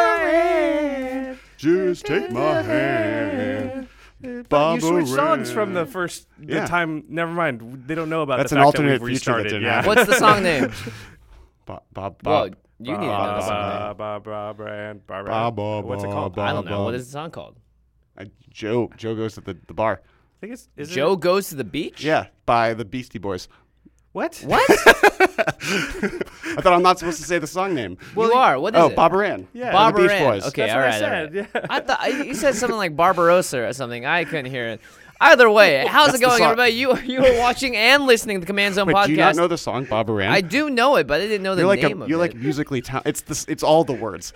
Barbara Just take my hand. Barbara You switched songs from the Ann. first the Yeah. time. Never mind. They don't know about That's the an fact that alternate we've future that restarted. didn't yeah. happen. What's the song name? Bob, Bob, Well, Bob. you need to know the song name. Ba- ba- ba- ba- Ba- ba- ba- ba- What's it ba- called? ba- I I don't know. What Bob. is the song called? Uh, Joe. Joe goes to the, the bar. think it's is it- Joe Goes to the Beach? Yeah, by the Beastie Boys. What? What? I thought I'm not supposed to say the song name. you are. What is oh, it? Bob Aran. Yeah. By Bob the Beach Aran. Boys. Okay, That's all what I right. all said, right. yeah. I thought I- you said something like Barbarossa or something. I couldn't hear it. Either way, how's That's it the going, song. everybody? You you were watching and listening to the Command Zone Wait, podcast. do you not know the song Bob Aran? I do know it, but I didn't know the You're like a, name you're of like it. musically talented. It's this. It's all the words.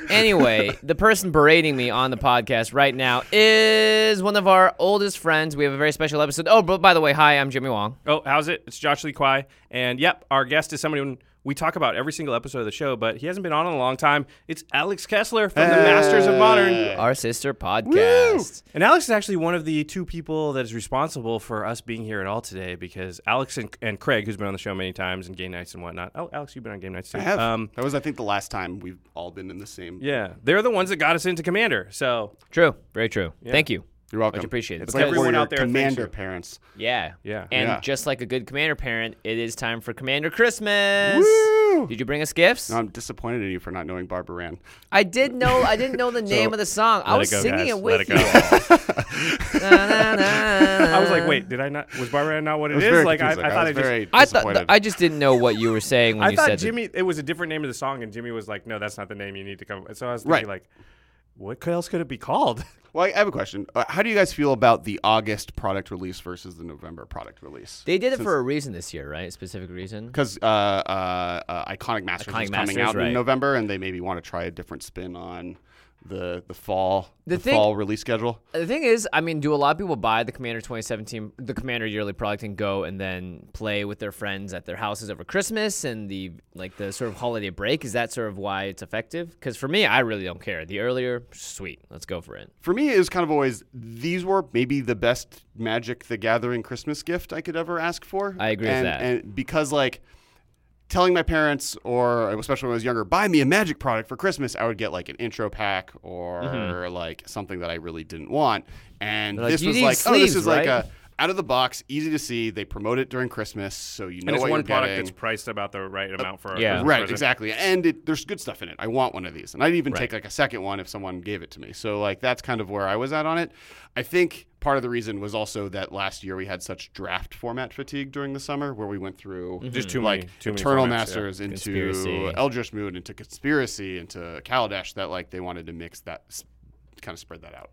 anyway, the person berating me on the podcast right now is one of our oldest friends. We have a very special episode. Oh, but by the way, hi, I'm Jimmy Wong. Oh, how's it? It's Josh Lee Kwai. And yep, our guest is someone we talk about every single episode of the show, but he hasn't been on in a long time. It's Alex Kessler from the Masters of Modern. Our sister podcast. And Alex is actually one of the two people that is responsible for us being here at all today because Alex and, and Craig, who's been on the show many times and game nights and whatnot. Oh, Alex, you've been on game nights too. I have. Um, that was, I think, the last time we've all been in the same. yeah, they're the ones that got us into Commander. So True, very true. Thank you. You're welcome. Much appreciated. It's Because- like everyone Everyone out out there thinks commander you. parents. Yeah. Yeah. And Yeah. just like a good commander parent, it is time for Commander Christmas. Woo! Did you bring us gifts? No, I'm disappointed in you for not knowing Barbara Ran. I did know. I didn't know the name of the song. I let was it go, singing guys. it let with it you. go. Na, na, na, na. I was like, wait, did I not? Was Barbara not what it was is? very Like I, I confused, like, I thought was it just. very I thought disappointed. I just didn't know what you were saying when I you thought said that- Jimmy. It was a different name of the song, and Jimmy was like, "No, that's not the name you need to come." So I was thinking, Right. like, what else could it be called? Well, I have a question. Uh, how do you guys feel about the August product release versus the November product release? They did it for a reason this year, right? A specific reason. Because uh, uh, uh, Iconic Masters Iconic is coming Masters, out right. in November, and they maybe want to try a different spin on the the fall The the, thing- fall release schedule. The thing is, I mean, do a lot of people buy the Commander 2017, the Commander yearly product, and go and then play with their friends at their houses over Christmas and the like the sort of holiday break? Is that sort of why it's effective? Because for me, I really don't care. The earlier, sweet, let's go for it. For me, it was kind of always these were maybe the best Magic the Gathering Christmas gift I could ever ask for. I agree with and, that. And because like telling my parents, or especially when I was younger, buy me a Magic product for Christmas, I would get like an intro pack or like something that I really didn't want. And Mm-hmm. They're like, this "You was need like, oh, sleeves, this is like right?" a out of the box, easy to see. They promote it during Christmas, so you know and it's what one you're product getting. that's priced about the right amount for a yeah. Christmas Right, present. exactly. And it, there's good stuff in it. I want one of these. And I'd even take like a second one if someone gave it to me. So like that's kind of where I was at on it. I think part of the reason was also that last year we had such draft format fatigue during the summer where we went through Just too like many- too many Eternal formats, yeah. Masters into Conspiracy. Eldritch Moon into Conspiracy into Kaladesh that like they wanted to mix that kind of spread that out.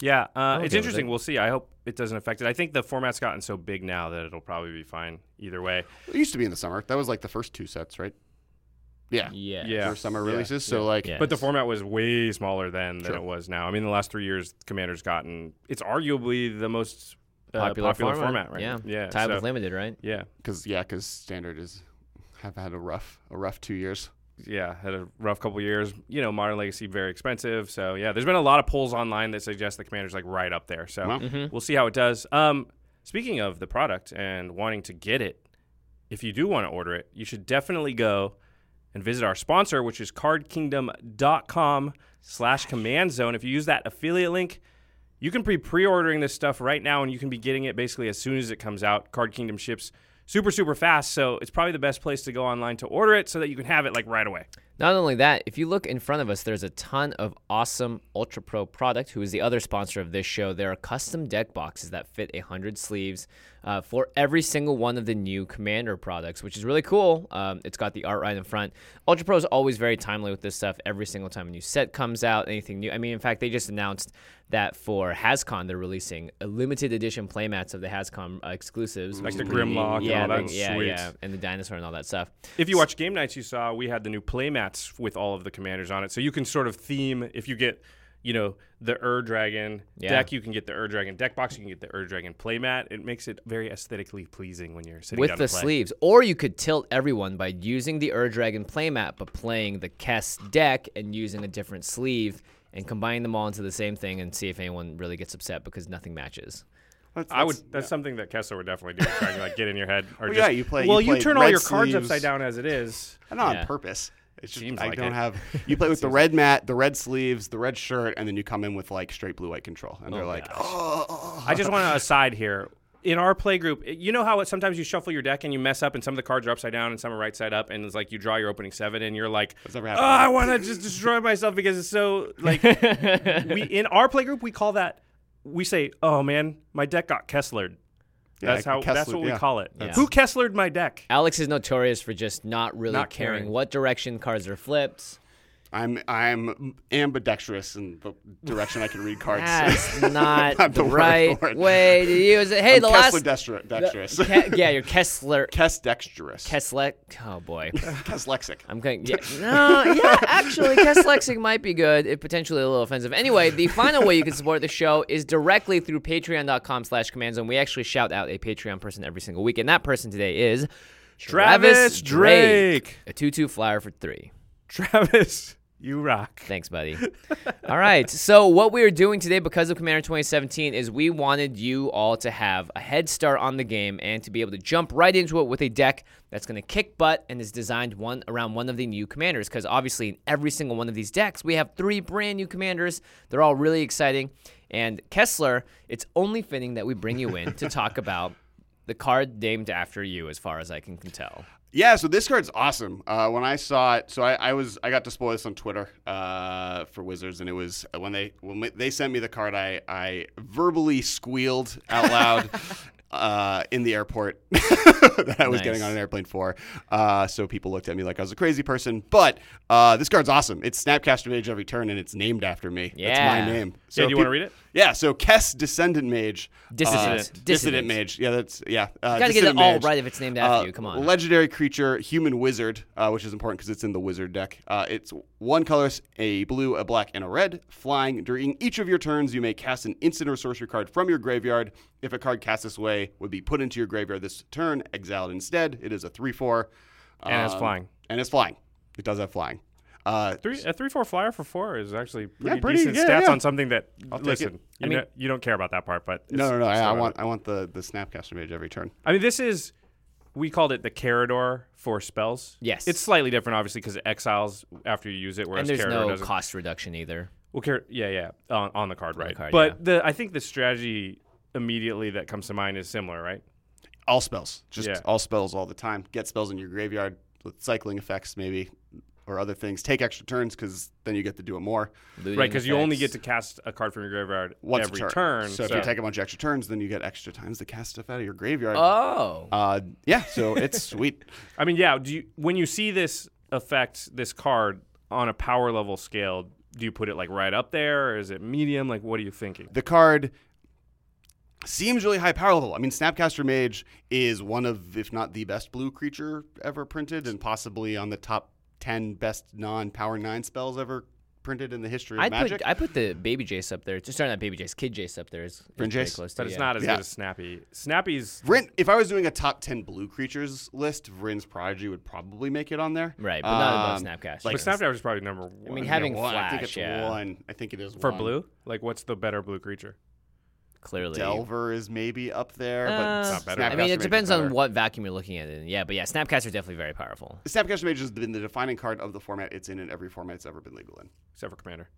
Yeah, uh, okay it's with interesting. it. We'll see. I hope it doesn't affect it. I think the format's gotten so big now that it'll probably be fine either way. It used to be in the summer. That was like the first two sets, right? Yeah. Yeah. Yeah. Or summer Yeah. releases. So like Yeah. But the Yes. format was way smaller then than Sure. it was now. I mean, the last three years, Commander's gotten it's arguably the most uh, Popular, popular format. right? Yeah. now. yeah, Tied so- with limited, right? yeah. cuz yeah, cuz standard is have had a rough a rough two years. yeah, had a rough couple years. You know, Modern Legacy very expensive. So yeah, there's been a lot of polls online that suggest the Commander's like right up there. So Wow. Mm-hmm. we'll see how it does. Um, speaking of the product and wanting to get it, if you do want to order it, you should definitely go and visit our sponsor, which is cardkingdom.com slash command zone. If you use that affiliate link, you can be pre-ordering this stuff right now and you can be getting it basically as soon as it comes out. Card Kingdom ships super, super fast. So it's probably the best place to go online to order it so that you can have it like right away. Not only that, if you look in front of us, there's a ton of awesome Ultra Pro product, who is the other sponsor of this show. There are custom deck boxes that fit 100 sleeves uh, for every single one of the new Commander products, which is really cool. Um, it's got the art right in front. Ultra Pro is always very timely with this stuff every single time a new set comes out, anything new. I mean, in fact, they just announced that for HasCon, they're releasing a limited edition playmats of the HasCon uh, exclusives. Like which the is really- Grimlock and yeah, all that. the- Yeah, Sweet. yeah, and the dinosaur and all that stuff. If you watch game nights, you saw we had the new playmats with all of the commanders on it, so you can sort of theme if you get. You know the Ur Dragon Yeah. deck. You can get the Ur Dragon deck box. You can get the Ur Dragon playmat. It makes it very aesthetically pleasing when you're sitting with down the to play. sleeves. Or you could tilt everyone by using the Ur-Dragon playmat, but playing the Kess deck and using a different sleeve and combining them all into the same thing and see if anyone really gets upset because nothing matches. That's, I would. that's- That's something that Kessler would definitely do. Trying to like get in your head. Or Well, just, yeah, you play- Well, you you, play turn all red your cards sleeves. upside down as it is. not Yeah. on purpose. It's just, Seems I like don't it. have. You play with the red mat, the red sleeves, the red shirt, and then you come in with like straight blue white control, and they're like, oh, oh, I just want to aside here. In our play group, you know how it, sometimes you shuffle your deck and you mess up, and some of the cards are upside down and some are right side up, and it's like you draw your opening seven, and you're like, never "Oh, happened." I want to just destroy myself because it's so like. we in our play group we call that. We say, "Oh man, my deck got Kesslered." Yeah, That's how. that's Kessler- what we yeah. call it. That's- Who Kesslered my deck? Alex is notorious for just not really Not caring, caring. what direction cards are flipped. I'm I'm ambidextrous in the direction I can read cards. That's Ah, not Not the the word right for it. way to use it. Hey, I'm the last Kesslerdextrous. Ke- yeah, your Kessler Kesdextrous. Kessler. Oh boy. Keslexic. I'm going. Yeah, no, yeah. Actually, Kesslexic might be good. It potentially a little offensive. Anyway, the final way you can support the show is directly through Patreon.com/slash Command Zone. We actually shout out a Patreon person every single week, and that person today is Travis Drake. a two-two flyer for three. Travis, you rock. Thanks, buddy. all right. So, what we are doing today because of Commander 2017 is we wanted you all to have a head start on the game and to be able to jump right into it with a deck that's going to kick butt and is designed one around one of the new commanders. Because obviously, in every single one of these decks, we have three brand new commanders. They're all really exciting. And Kessler, it's only fitting that we bring you in to talk about the card named after you, as far as I can tell. Yeah, so this card's awesome. Uh, when I saw it, so I, I was I got to spoil this on Twitter uh, for Wizards, and it was uh, when they when they sent me the card, I I verbally squealed out loud. Uh, in the airport that I was Nice. getting on an airplane for. Uh, so people looked at me like I was a crazy person. But uh, this card's awesome. It's Snapcaster Mage every turn, and it's named after me. Yeah. That's my name. Yeah, do you wanna peop- read it? Yeah. So Kess Descendant Mage. uh, Dissident. dissident. Dissident. Mage. Yeah, that's yeah. Uh, Gotta get it Dissident all Mage. Uh, right if it's named after you. Come on. Legendary creature, human wizard, uh, which is important because it's in the wizard deck. Uh, it's one color, a blue, a black, and a red. Flying. During each of your turns, you may cast an instant or sorcery card from your graveyard. If a card cast this way would be put into your graveyard this turn, exiled instead. It is a 3 4. And it's flying. And it's flying. It does have flying. Uh, Three a three four flyer for four is actually pretty, pretty decent good, stats yeah. on something that I'll take it. listen. You, mean- know- you don't care about that part, but no, it's- no, no. it's I, I not- want, I want the, the Snapcaster Mage every turn. I mean, this is we called it the Carador for spells. Yes. it's slightly different, obviously, because it exiles after you use it, And whereas there's Carador no doesn't. cost reduction either. Well, Car- yeah, yeah, on, on the card, right? card, but the I think the strategy immediately that comes to mind is similar, right? all spells. Just Yeah. all spells all the time. Get spells in your graveyard with cycling effects, maybe, or other things. Take extra turns because then you get to do it more Right, because you only get to cast a card from your graveyard once every a turn. So, if you take a bunch of extra turns, then you get extra times to cast stuff out of your graveyard. Oh. Uh, yeah, so it's sweet. I mean, yeah. Do you when you see this effect, this card on a power level scale? Do you put it like right up there, or is it medium? Like, what are you thinking? The card seems really high power level. I mean, Snapcaster Mage is one of, if not the best blue creature ever printed, and possibly on the top 10 best non power 9 spells ever printed in the history of I Magic. put I put the baby Jace up there. Sorry, not baby Jace, kid Jace up there. Is, is Bryn pretty Jace? close to, But it's yeah. not as Yeah. good as Snappy. Snappy's Vryn, if I was doing a top 10 blue creatures list, Vryn's Prodigy would probably make it on there. right, but not Um, above Snapcast. like Like Snapdragon is probably number one. I mean, having one. Flash, I think it's yeah, one. I think it is for one. blue, like what's the better blue creature? clearly. Delver is maybe up there, Uh, but It's not better. I Snapcaster mean, Mage it is depends on better. what vacuum you're looking at it in. Yeah, but yeah, Snapcasts are definitely very powerful. Snapcaster Mage has been the defining card of the format it's in in every format it's ever been legal in. Except for Commander.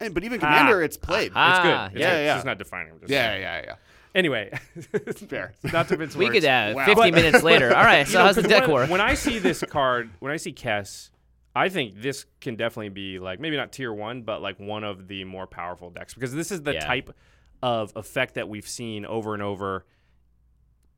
And, but even Ah. Commander, it's played. Ah. It's good. It's yeah, good. It's yeah. just not defining. I'm just Yeah, saying. yeah, yeah. Anyway, Fair. Not to Vince. We words. could have Wow. 50 But- minutes later. All right, You so know, how's the 'cause deck when, work? When I see this card, when I see Kess, I think this can definitely be like maybe not tier one, but like one of the more powerful decks because this is the Yeah. type of effect that we've seen over and over.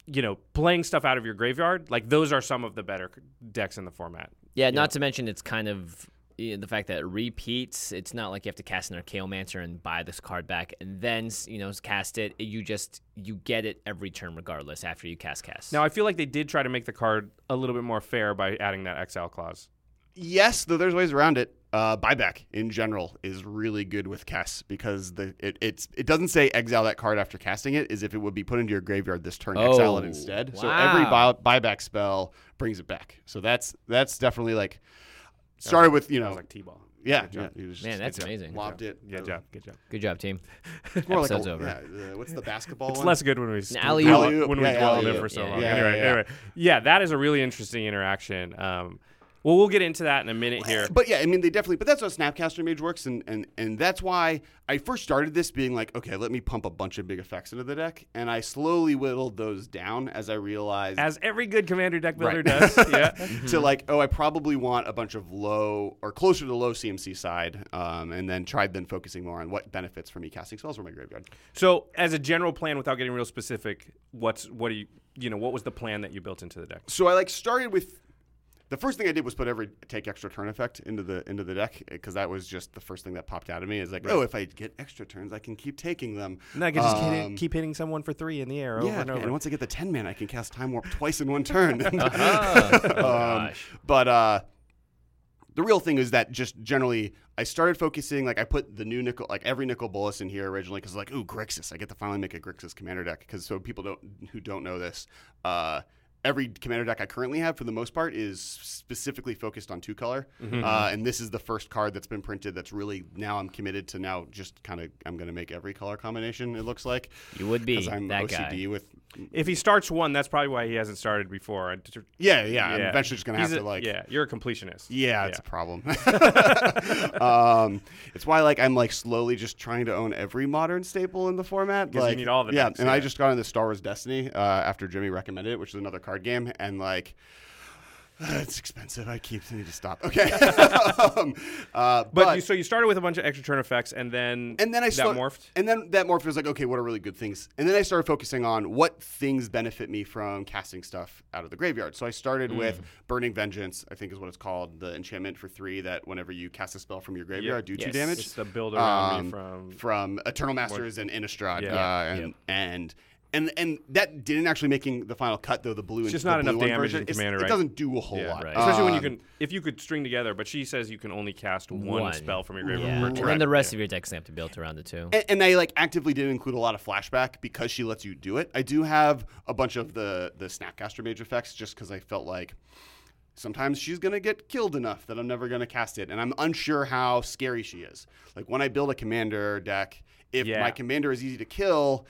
You know, playing stuff out of your graveyard, like those are some of the better c- decks in the format. Yeah, not to mention it's kind of you know, the fact that it repeats. It's not like you have to cast an Archaeomancer and buy this card back and then s- you know s- cast it. You just you get it every turn regardless after you cast cast. Now, I feel like they did try to make the card a little bit more fair by adding that exile clause. Yes, though there's ways around it. Uh, buyback in general is really good with Kess because the it it's it doesn't say exile that card after casting it is if it would be put into your graveyard this turn exile it Oh, instead. So every buy, wow. buyback spell brings it back. So that's that's definitely like started with you I know was like T-ball. yeah, yeah it was just- Man, that's good job. amazing. Lobbed it. Yeah, Uh, job. Good job. Good job, team. it's More like a, Episode's over. Yeah, uh, what's the basketball It's one? less good when we st- alley-oop. dwell- Alley-oop. when we Yeah, dwell on it alley-oop. for so Yeah, long. yeah, anyway, yeah, yeah. anyway, yeah, that is a really interesting interaction. Um, well, we'll get into that in a minute here. But yeah, I mean, they definitely. But that's how Snapcaster Mage works, and and and that's why I first started this being like, okay, let me pump a bunch of big effects into the deck, and I slowly whittled those down as I realized As Mm-hmm. every good commander deck builder Right. does, yeah. to like, oh, I probably want a bunch of low or closer to the low CMC side, um, and then tried then focusing more on what benefits from me casting spells from my graveyard. So, as a general plan, without getting real specific, what's what do you you know what was the plan that you built into the deck? So I like started with the first thing I did was put every take extra turn effect into the into the deck because that was just the first thing that popped out of me is like, oh, if I get extra turns, I can keep taking them. And I could just Um, keep hitting someone for three in the air over yeah, and over. once I get the 10 man, I can cast Time Warp twice in one turn. Ah, oh, Um, gosh. but uh, the real thing is that just generally, I started focusing, like, I put the new nickel, like, every nickel bolus in here originally because, like, ooh, Grixis. I get to finally make a Grixis commander deck because so people don't who don't know this, uh, every commander deck I currently have, for the most part, is specifically focused on two color. Mm-hmm. Uh, and this is the first card that's been printed that's really now I'm committed to now just kind of, I'm going to make every color combination, it looks like. You would be Because I'm that OCD guy. with if he starts one, that's probably why he hasn't started before. I d- Yeah, yeah. I'm yeah. eventually just gonna He's have a- to like. Yeah. yeah, you're a completionist. it's a problem. um, it's why like I'm like slowly just trying to own every modern staple in the format. 'Cause you Like need all the yeah, decks, and I yeah. just got into Star Wars Destiny uh, after Jimmy recommended it, which is another card game, and like. it's expensive. I keep I need to stop. Okay. um, uh, But, you, so you started with a bunch of extra turn effects, and then and then I that start- morphed. And then that morphed was like, okay, what are really good things? And then I started focusing on what things benefit me from casting stuff out of the graveyard. So I started with Mm. Burning Vengeance, I think is what it's called, the enchantment for three that whenever you cast a spell from your graveyard, do two Yes. damage It's the build around um, me from from Eternal Masters and Innistrad, Yeah. uh, and, and and and that didn't actually making the final cut though. The blue, and- just the not enough blue one damage version, in it's- Commander, It right? doesn't do a whole Yeah, lot, right. especially when you Um, can if you could string together. But she says you can only cast one, One. spell from your Yeah. graveyard. per And turn. then the rest of your deck's gonna have to build around it too. and, and I like actively did include a lot of flashback because she lets you do it. I do have a bunch of the the Snapcaster Mage effects just because I felt like sometimes she's gonna get killed enough that I'm never gonna cast it, and I'm unsure how scary she is. Like when I build a commander deck, if Yeah. my commander is easy to kill,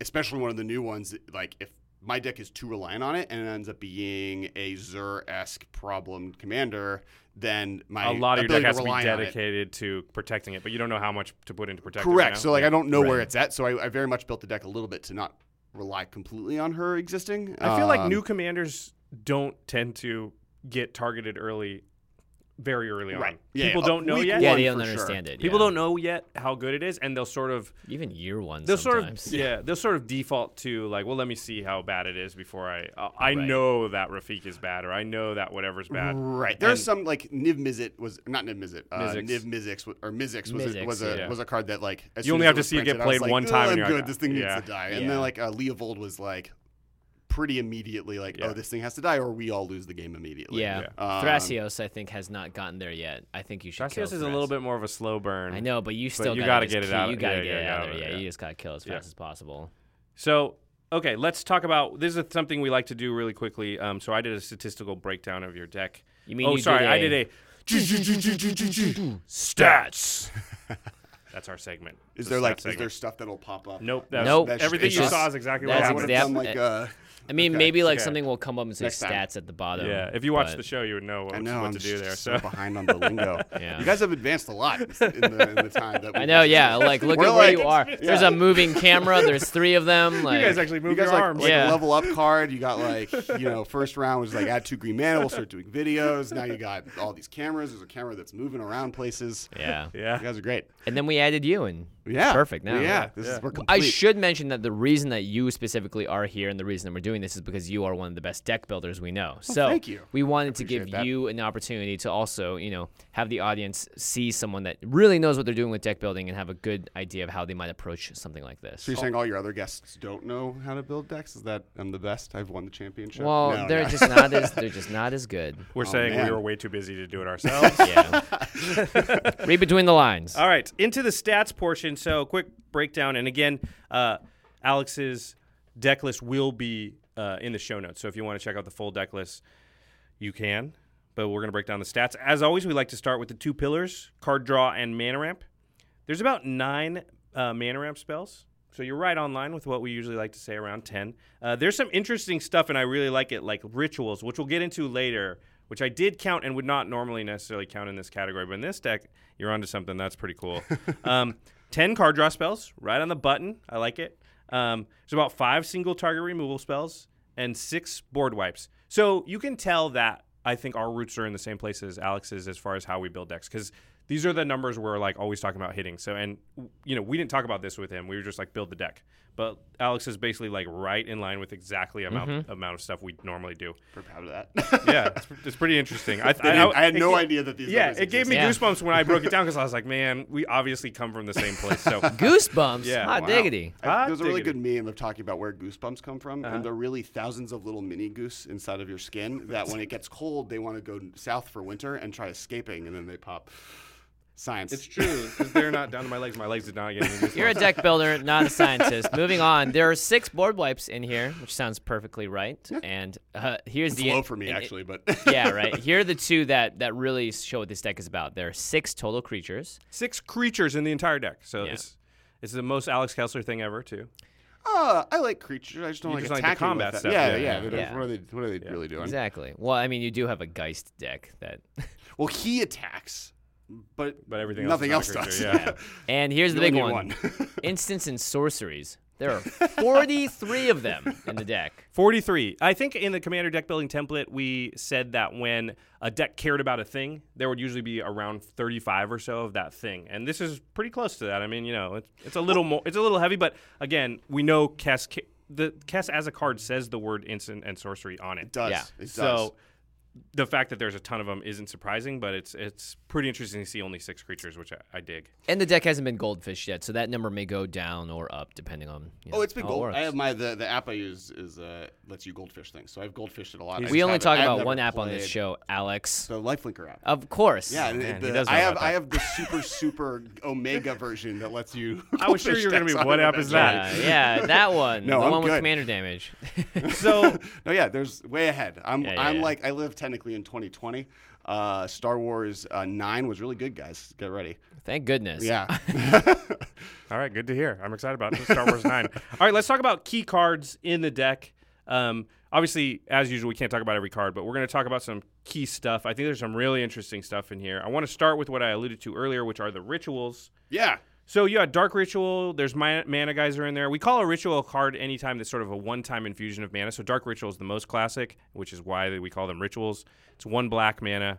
especially one of the new ones, like if my deck is too reliant on it and it ends up being a Zur esque problem commander, then my a lot of your ability deck has to be rely on it- dedicated to protecting it, but you don't know how much to put into protecting. Correct. So like I don't know where it's at. So I, I very much built the deck a little bit to not rely completely on her existing. I feel like Um, new commanders don't tend to get targeted early, very early Right. on. Yeah, People yeah. don't know Week yet. one yeah, they for don't sure. understand it. People yeah. don't know yet how good it is, and they'll sort of even year one. they'll sometimes. sort of yeah they'll sort of default to like well let me see how bad it is before I uh, I Right. know that Rafik is bad or I know that whatever's bad. Right. There's And- some like Niv Mizzet was not Niv Mizzet. Uh, Mizzix. Niv Mizzix wa- or Mizzix was a, Mizzix, was a yeah. was a card that like as You soon only as have to was see it get printed, I was played like, one "Ugh, time and I'm you're like, good. This thing yeah. needs to die. Yeah. And then like uh, Leovold was like pretty immediately like, oh, this thing has to die, or we all lose the game immediately. Yeah. Um, Thrasios, I think, has not gotten there yet. I think you should Thrasios kill is a little bit more of a slow burn. I know, but you still you gotta gotta just get it keep- out- You gotta yeah, get yeah, it yeah, out of there. yeah, Yeah, yeah. you just gotta kill as fast as possible. So, okay, let's talk about this is something we like to do really quickly. Um, so I did a statistical breakdown of your deck. You mean Oh, you sorry, did I a- did a stats. That's our segment. Is It's a there stat like is segment. there stuff that'll pop up? Nope. That's, Nope. That's- Everything it's you just- saw is exactly what that's- I happened. would that- have done like uh, I mean, Okay. maybe like Okay. something will come up and say Next time. stats at the bottom. Yeah, if you watched but- the show, you would know what, I know what I'm to do just there. so So, behind on the lingo. Yeah. You guys have advanced a lot in the, in the time that we I know, yeah. Like, look We're at where like- you are. There's a moving camera. There's three of them. Like, you guys actually You moved guys your like, arms. like Yeah. level up card. You got like you know first round was like add two green mana. We'll start doing videos. Now you got all these cameras. There's a camera that's moving around places. yeah. You yeah. guys are great. And then we added you, and Yeah, perfect. Now, yeah, this Yeah. is we're I complete. should mention that the reason that you specifically are here and the reason that we're doing this is because you are one of the best deck builders we know. so thank you. we wanted to give appreciate that. you an opportunity to also, you know, have the audience see someone that really knows what they're doing with deck building and have a good idea of how they might approach something like this. So you're saying all your other guests don't know how to build decks? Is that I'm the best? I've won the championship. Well, No, they're no. just not as they're just not as good. We're saying we Oh, man. were way too busy to do it ourselves. Yeah. Read between the lines. All right, into the stats portion. So, quick breakdown, and again, uh, Alex's deck list will be uh, in the show notes. So, if you want to check out the full deck list, you can. But we're going to break down the stats. As always, we like to start with the two pillars: card draw and mana ramp. There's about nine uh, mana ramp spells, so you're right on line with what we usually like to say around ten. Uh, there's some interesting stuff, and I really like it, like rituals, which we'll get into later. Which I did count and would not normally necessarily count in this category, but in this deck, you're onto something that's pretty cool. um, ten card draw spells, right on the button. I like it. Um, there's about five single target removal spells and six board wipes. So you can tell that I think our roots are in the same place as Alex's as far as how we build decks because these are the numbers we're like always talking about hitting. So and you know we didn't talk about this with him. We were just like build the deck. But Alex is basically like right in line with exactly amount amount of stuff we normally do. We're proud of that. Yeah, it's, it's pretty interesting. I, They didn't- I, had it no ga- idea that these. Yeah, numbers it existed. gave me Yeah. goosebumps when I broke it down because I was like, man, we obviously come from the same place. So Goosebumps. Yeah, Hot wow. diggity. I- Ah, there's a really diggity. good meme of talking about where goosebumps come from, Uh-huh. and they're really thousands of little mini goose inside of your skin that when it gets cold, they want to go south for winter and try escaping, and then they pop. Science. it's true because they're not down to my legs. My legs did not get any goosebumps. You're a deck builder, not a scientist. Moving on, there are six board wipes in here, which sounds perfectly right. And uh, here's It's the low for me, and- actually, but yeah, right. Here are the two that that really show what this deck is about. There are six total creatures. six creatures in the entire deck. So Yeah. it's it's the most Alex Kessler thing ever too. oh, I like creatures. I just don't You like just like the attacking with combat that. stuff, Yeah, yeah, yeah. yeah. they don't- Yeah. What are they? What are they really doing? Exactly. Well, I mean, you do have a Geist deck that. Well, he attacks, but But everything else nothing is else, not a does. creature, yeah. And here's the You only need big one: instants and sorceries. There are 43 of them in the deck. 43. I think in the commander deck building template we said that when a deck cared about a thing, there would usually be around 35 or so of that thing. And this is pretty close to that. I mean, you know, it's, it's a little more it's a little heavy, but again, we know Kess ca- the Kess as a card says the word instant and sorcery on it. It does. Yeah. It does. So the fact that there's a ton of them isn't surprising, but it's it's pretty interesting to see only six creatures, which I, I dig. And the deck hasn't been goldfish yet, so that number may go down or up depending on. You know, Oh, it's been how gold. works. I have my the, the app I use is uh lets you goldfish things. So I've goldfished it a lot. I we just only haven't- talk I've about never one app on this played show, Alex. The Lifelinker app. Of course. yeah, and Oh, man, the- he does I know have about I that. have the super super omega version that lets you. I was sure you were gonna goldfish be, decks. "What I don't app know is Yeah, that?" yeah, that one. No, the I'm one with good. commander damage. So No, yeah, there's way ahead. I'm Yeah, yeah, I'm yeah. like I live technically in 2020. Uh, Star Wars uh, Nine was really good, guys. Get ready. Thank goodness. Yeah, All right, good to hear. I'm excited about it. Star Wars 9. All right, let's talk about key cards in the deck. Um, obviously, as usual, we can't talk about every card, but we're going to talk about some key stuff. I think there's some really interesting stuff in here. I want to start with what I alluded to earlier, which are the rituals. yeah. So you got Dark Ritual. There's mana, mana Geyser in there. We call a ritual card anytime that's sort of a one-time infusion of mana. So Dark Ritual is the most classic, which is why we call them rituals. It's one black mana,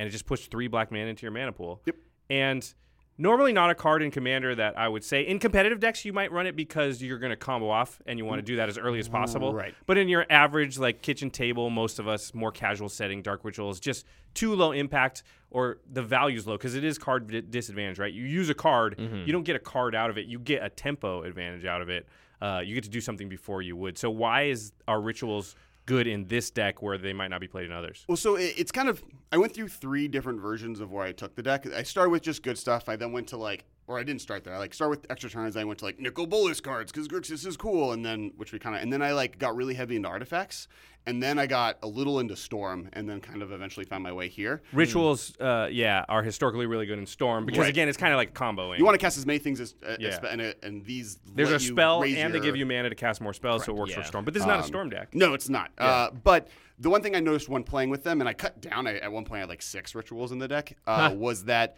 and it just puts three black mana into your mana pool. Yep. And normally not a card in Commander that I would say in competitive decks you might run it because you're going to combo off and you want to do that as early as possible. Right. But in your average like kitchen table, most of us more casual setting, dark ritual is just too low impact or the value's low because it is card Mm-hmm. di- disadvantage, right? You use a card, you don't get a card out of it, you get a tempo advantage out of it. uh, you get to do something before you would. So why is our rituals good in this deck where they might not be played in others? Well, so it, it's kind of I went through three different versions of where I took the deck. I started with just good stuff. I then went to like, or I didn't start there. I like start with extra turns. I went to like nickel bolus cards because Grixis is cool, and then which we kind of and then I like got really heavy into artifacts, and then I got a little into storm, and then kind of eventually found my way here. Rituals, uh, yeah, are historically really good in Storm because Hmm. Right. again, it's kind of like comboing. You want to cast as many things as, uh, Yeah. and, uh, and these There's let a you spell, and raise they your- Um, give you mana to cast more spells, so it works for yeah. Storm. But this is not a Storm deck. No, it's not. Uh, but the one thing I noticed when playing with them, and I cut down I, at one point, I had like six rituals in the deck, uh, was that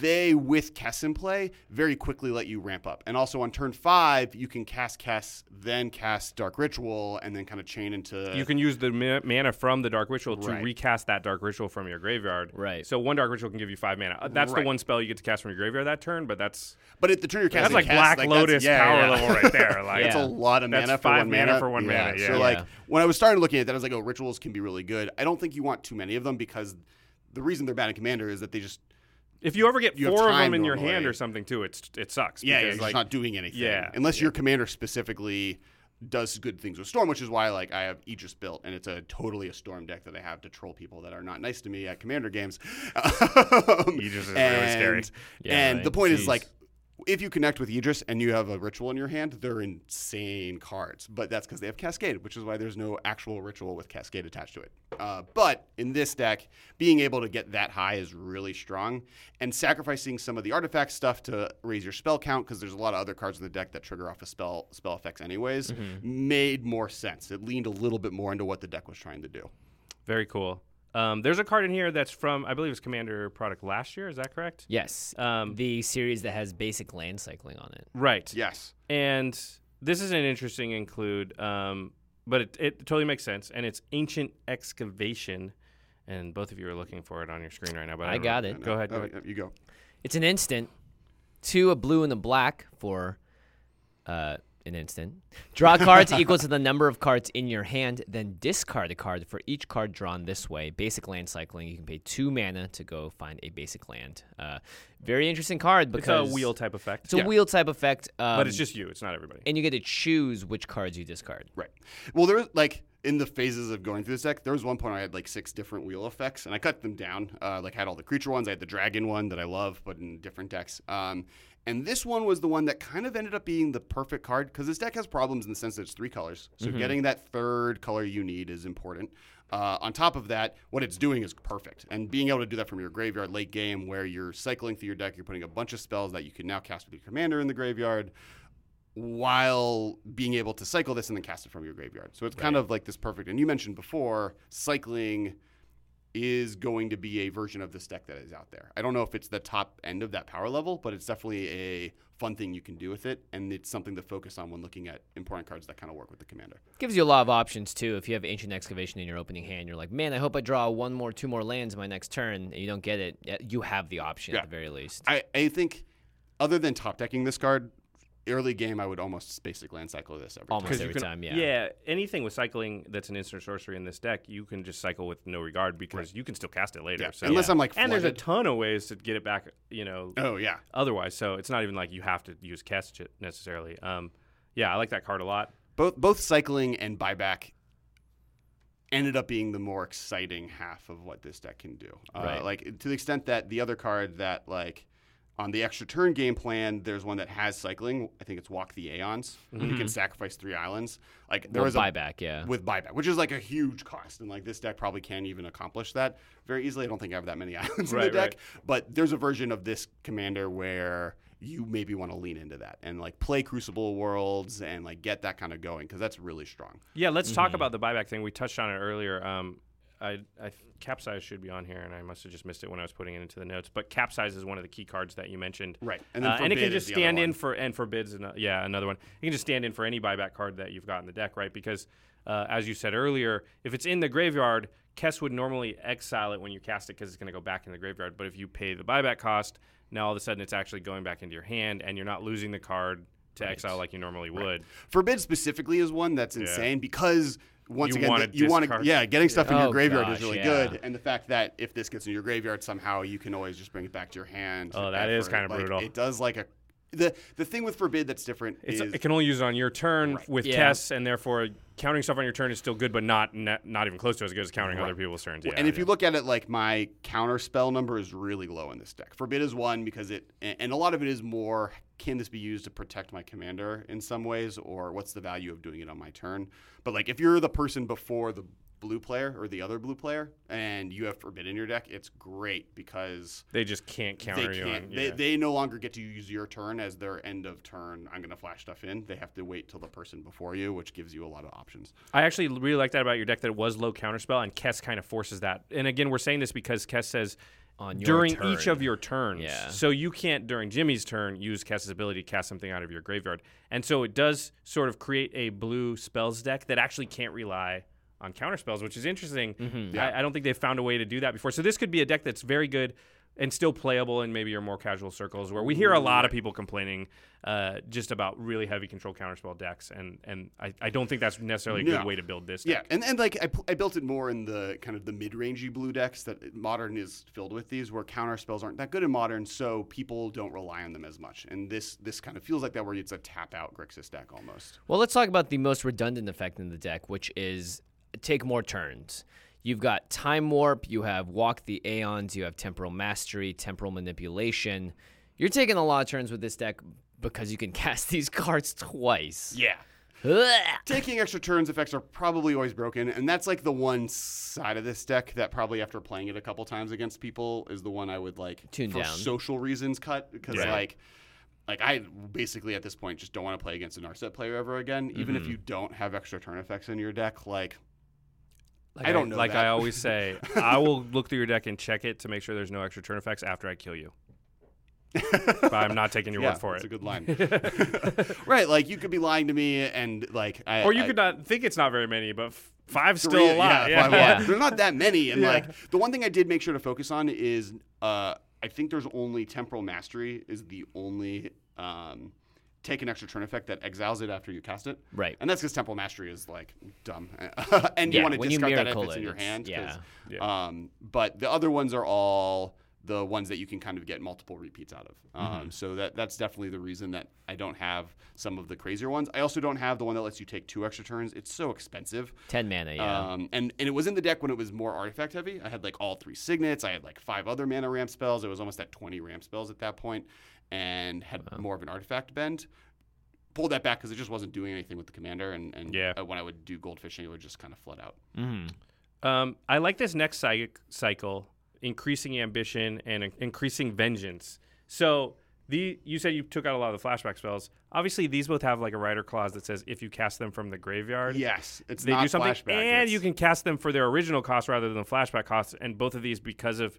they, with Kess in play, very quickly let you ramp up. And also on turn five, you can cast Kess, then cast Dark Ritual, and then kind of chain into. You can use the ma- mana from the Dark Ritual to Right. recast that Dark Ritual from your graveyard. Right. So one Dark Ritual can give you five mana. Uh, That's the Right. one spell you get to cast from your graveyard that turn, but that's but at the turn you're that's casting like Kess, Black like, that's- Lotus yeah, power yeah. level right there. Like That's Yeah. a lot of That's mana for five one mana mana. for one yeah. mana, So yeah. like Yeah. when I was starting looking at that, I was like, oh, rituals can be really good. I don't think you want too many of them because the reason they're bad in Commander is that they just if you ever get You have four of time them in your hand normally. or something too, it's it sucks. yeah, because, it's like, not doing anything. yeah, unless your commander specifically does good things with storm, which is why like I have Aegis built, and it's a totally a storm deck that I have to troll people that are not nice to me at commander games. Aegis is really scary. and right. the point Jeez. is like. If you connect with Aegis and you have a ritual in your hand, they're insane cards. But that's because they have Cascade, which is why there's no actual ritual with Cascade attached to it. Uh, but in this deck, being able to get that high is really strong. And sacrificing some of the artifact stuff to raise your spell count, because there's a lot of other cards in the deck that trigger off of spell spell effects anyways, Mm-hmm. made more sense. It leaned a little bit more into what the deck was trying to do. very cool. Um, there's a card in here that's from I believe it's Commander product last year. Is that correct? Yes. Um, the series that has basic land cycling on it. Right. Yes. And this is an interesting include, um, but it, it totally makes sense. And it's ancient excavation. And both of you are looking for it on your screen right now. But I don't- got it. Go ahead. Go Oh, ahead. yeah, you go. It's an instant. Two, a blue and a black for uh, an instant. Draw cards equal to the number of cards in your hand, then discard a card for each card drawn this way. Basic land cycling. You can pay two mana to go find a basic land. Uh, very interesting card It's a because wheel type effect. It's a wheel type effect. Um, but it's just you. It's not everybody. and you get to choose which cards you discard. Right. Well, there was like in the phases of going through this deck, there was one point I had like six different wheel effects, and I cut them down. Uh, like I had all the creature ones, I had the dragon one that I love, but in different decks. Um, and this one was the one that kind of ended up being the perfect card because this deck has problems in the sense that it's three colors. So getting that third color you need is important. Uh, on top of that, what it's doing is perfect. And being able to do that from your graveyard late game, where you're cycling through your deck, you're putting a bunch of spells that you can now cast with your commander in the graveyard while being able to cycle this and then cast it from your graveyard. So it's kind of like this perfect. And you mentioned before, cycling is going to be a version of this deck that is out there. I don't know if it's the top end of that power level, but it's definitely a fun thing you can do with it. And it's something to focus on when looking at important cards that kind of work with the commander. Gives you a lot of options too. If you have ancient excavation in your opening hand, you're like, man, I hope I draw one more, two more lands my next turn. And you don't get it. yeah, You have the option Yeah. at the very least. I, I think, other than top decking this card, early game, I would almost basic land cycle this every time. Almost 'Cause every you can- time, yeah. anything with cycling that's an instant sorcery in this deck, you can just cycle with no regard because you can still cast it later. Yeah. So. Unless I'm like, and there's a flooded. ton of ways to get it back. You know, Oh, yeah. otherwise. So it's not even like you have to use cast it necessarily. Um, yeah, I like that card a lot. both both cycling and buyback ended up being the more exciting half of what this deck can do. Uh, Right. Like to the extent that the other card that like on the extra turn game plan, there's one that has cycling. I think it's Walk the Aeons. You can sacrifice three islands. Like there Well, was a Mm-hmm. buyback, yeah. with buyback, which is like a huge cost, and like this deck probably can't even accomplish that very easily. I don't think I have that many islands in Right, the deck, right. but there's a version of this commander where you maybe want to lean into that and like play Crucible Worlds and like get that kind of going because that's really strong. Yeah, let's Mm-hmm. talk about the buyback thing. We touched on it earlier. Um, I, I capsize should be on here, and I must have just missed it when I was putting it into the notes. But capsize is one of the key cards that you mentioned, Right. And And, then and it can forbid is the just other stand in one. for and forbids, ano- yeah, another one. It can just stand in for any buyback card that you've got in the deck, right? Because uh, as you said earlier, if it's in the graveyard, Kess would normally exile it when you cast it because it's going to go back in the graveyard. But if you pay the buyback cost, now all of a sudden it's actually going back into your hand, and you're not losing the card to exile like you normally would. Forbid specifically is one that's insane because once You again, wanna that you want to discard- yeah, getting stuff in Oh, your graveyard gosh, is really yeah. good, and the fact that if this gets in your graveyard somehow, you can always just bring it back to your hand. Oh, that is effort. kinda Like, brutal. It does like a the the thing with forbid that's different It's, is it can only use it on your turn with Yeah. tests, and therefore counting stuff on your turn is still good, but not ne- not even close to as good as counting other people's turns. Yeah, and if yeah. you look at it like my counter spell number is really low in this deck. Forbid is one because it and and a lot of it is more can this be used to protect my commander in some ways or what's the value of doing it on my turn? But like if you're the person before the blue player or the other blue player and you have forbid in your deck, it's great because they just can't counter they you. can't. On, They, yeah. they no longer get to use your turn as their end of turn. I'm going to flash stuff in. They have to wait till the person before you, which gives you a lot of options. I actually really like that about your deck that it was low counterspell, and Kess kind of forces that. And again, we're saying this because Kess says On your during turn. each of your turns. Yeah. So you can't, during Jimmy's turn, use Kess's ability to cast something out of your graveyard. And so it does sort of create a blue spells deck that actually can't rely on counterspells, which is interesting. Mm-hmm. I, I don't think they've found a way to do that before. So this could be a deck that's very good. And still playable in maybe your more casual circles, where we hear a lot of people complaining uh, just about really heavy control counterspell decks, and and I, I don't think that's necessarily a No. good way to build this. Yeah, deck. and and like I, pu- I built it more in the kind of the mid rangey blue decks that uh, modern is filled with these where counter spells aren't that good in modern, so people don't rely on them as much. And this this kind of feels like that where it's a tap out Grixis deck almost. Well, let's talk about the most redundant effect in the deck, which is take more turns. You've got Time Warp, you have Walk the Aeons, you have Temporal Mastery, Temporal Manipulation. You're taking a lot of turns with this deck because you can cast these cards twice. Yeah. Taking extra turns effects are probably always broken, and that's like the one side of this deck that probably after playing it a couple times against people is the one I would like Tune for down. social reasons cut because Right. like like I basically at this point just don't want to play against an Arset player ever again, even Mm-hmm. if you don't have extra turn effects in your deck. Like Like I don't know Like that. I always say, I will look through your deck and check it to make sure there's no extra turn effects after I kill you. but I'm not taking your word for It's it. a good line. right, like you could be lying to me, and like, I, or you I- could not think it's not very many, but f- five's three- still a Yeah, lot. Yeah, five lot. there's not that many, and like the one thing I did make sure to focus on is, uh, I think there's only temporal mastery is the only. Um, Take an extra turn effect that exiles it after you cast it. Right. And that's because Temporal Mastery is like dumb. and you Yeah, want to when you discard that if miracle it's in it, your it's- hand. 'cause, yeah. Um, but the other ones are all the ones that you can kind of get multiple repeats out of. Um, Mm-hmm. So that that's definitely the reason that I don't have some of the crazier ones. I also don't have the one that lets you take two extra turns. It's so expensive. 10 mana, yeah. Um, and, and it was in the deck when it was more artifact heavy. I had like all three signets. I had like five other mana ramp spells. It was almost at 20 ramp spells at that point and had more of an artifact bend. Pulled that back because it just wasn't doing anything with the commander. And, and Yeah. uh, when I would do gold fishing, it would just kind of flood out. Um, I like this next cy- cycle: increasing ambition and in- increasing vengeance. So the you said you took out a lot of the flashback spells. Obviously, these both have like a rider clause that says if you cast them from the graveyard, Yes, it's they not do something, flashback. and it's- you can cast them for their original cost rather than the flashback cost. And both of these, because of,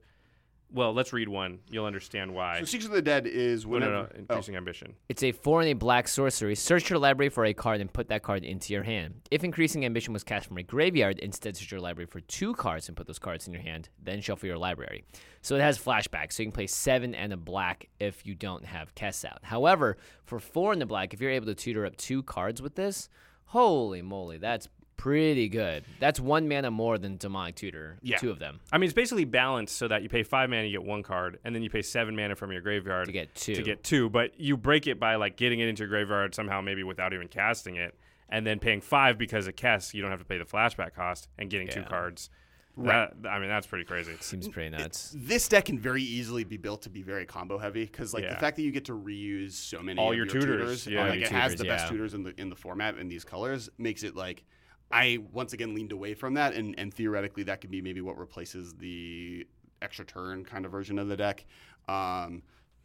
well, let's read one. You'll understand why. So Six of the Dead is No, no, whenever. no, oh, increasing ambition. It's a four and a black sorcery. Search your library for a card and put that card into your hand. If increasing ambition was cast from a graveyard, instead search your library for two cards and put those cards in your hand, then shuffle your library. So it has flashback, so you can play seven and a black if you don't have Kess out. However, for four and a black, if you're able to tutor up two cards with this, holy moly, that's pretty good. That's one mana more than Demonic Tutor. Yeah. Two of them. I mean, it's basically balanced so that you pay five mana, you get one card, and then you pay seven mana from your graveyard To get two. To get two, but you break it by like getting it into your graveyard somehow, maybe without even casting it, and then paying five because of cast, you don't have to pay the flashback cost and getting two cards. That- I mean, that's pretty crazy. Seems pretty nuts. this deck can very easily be built to be very combo heavy because like Yeah. the fact that you get to reuse so many All of your tutors, and, yeah. like, it Your has tutors, the best yeah. tutors in the in the format in these colors makes it like I once again leaned away from that and and theoretically that could be maybe what replaces the extra turn kind of version of the deck. Um,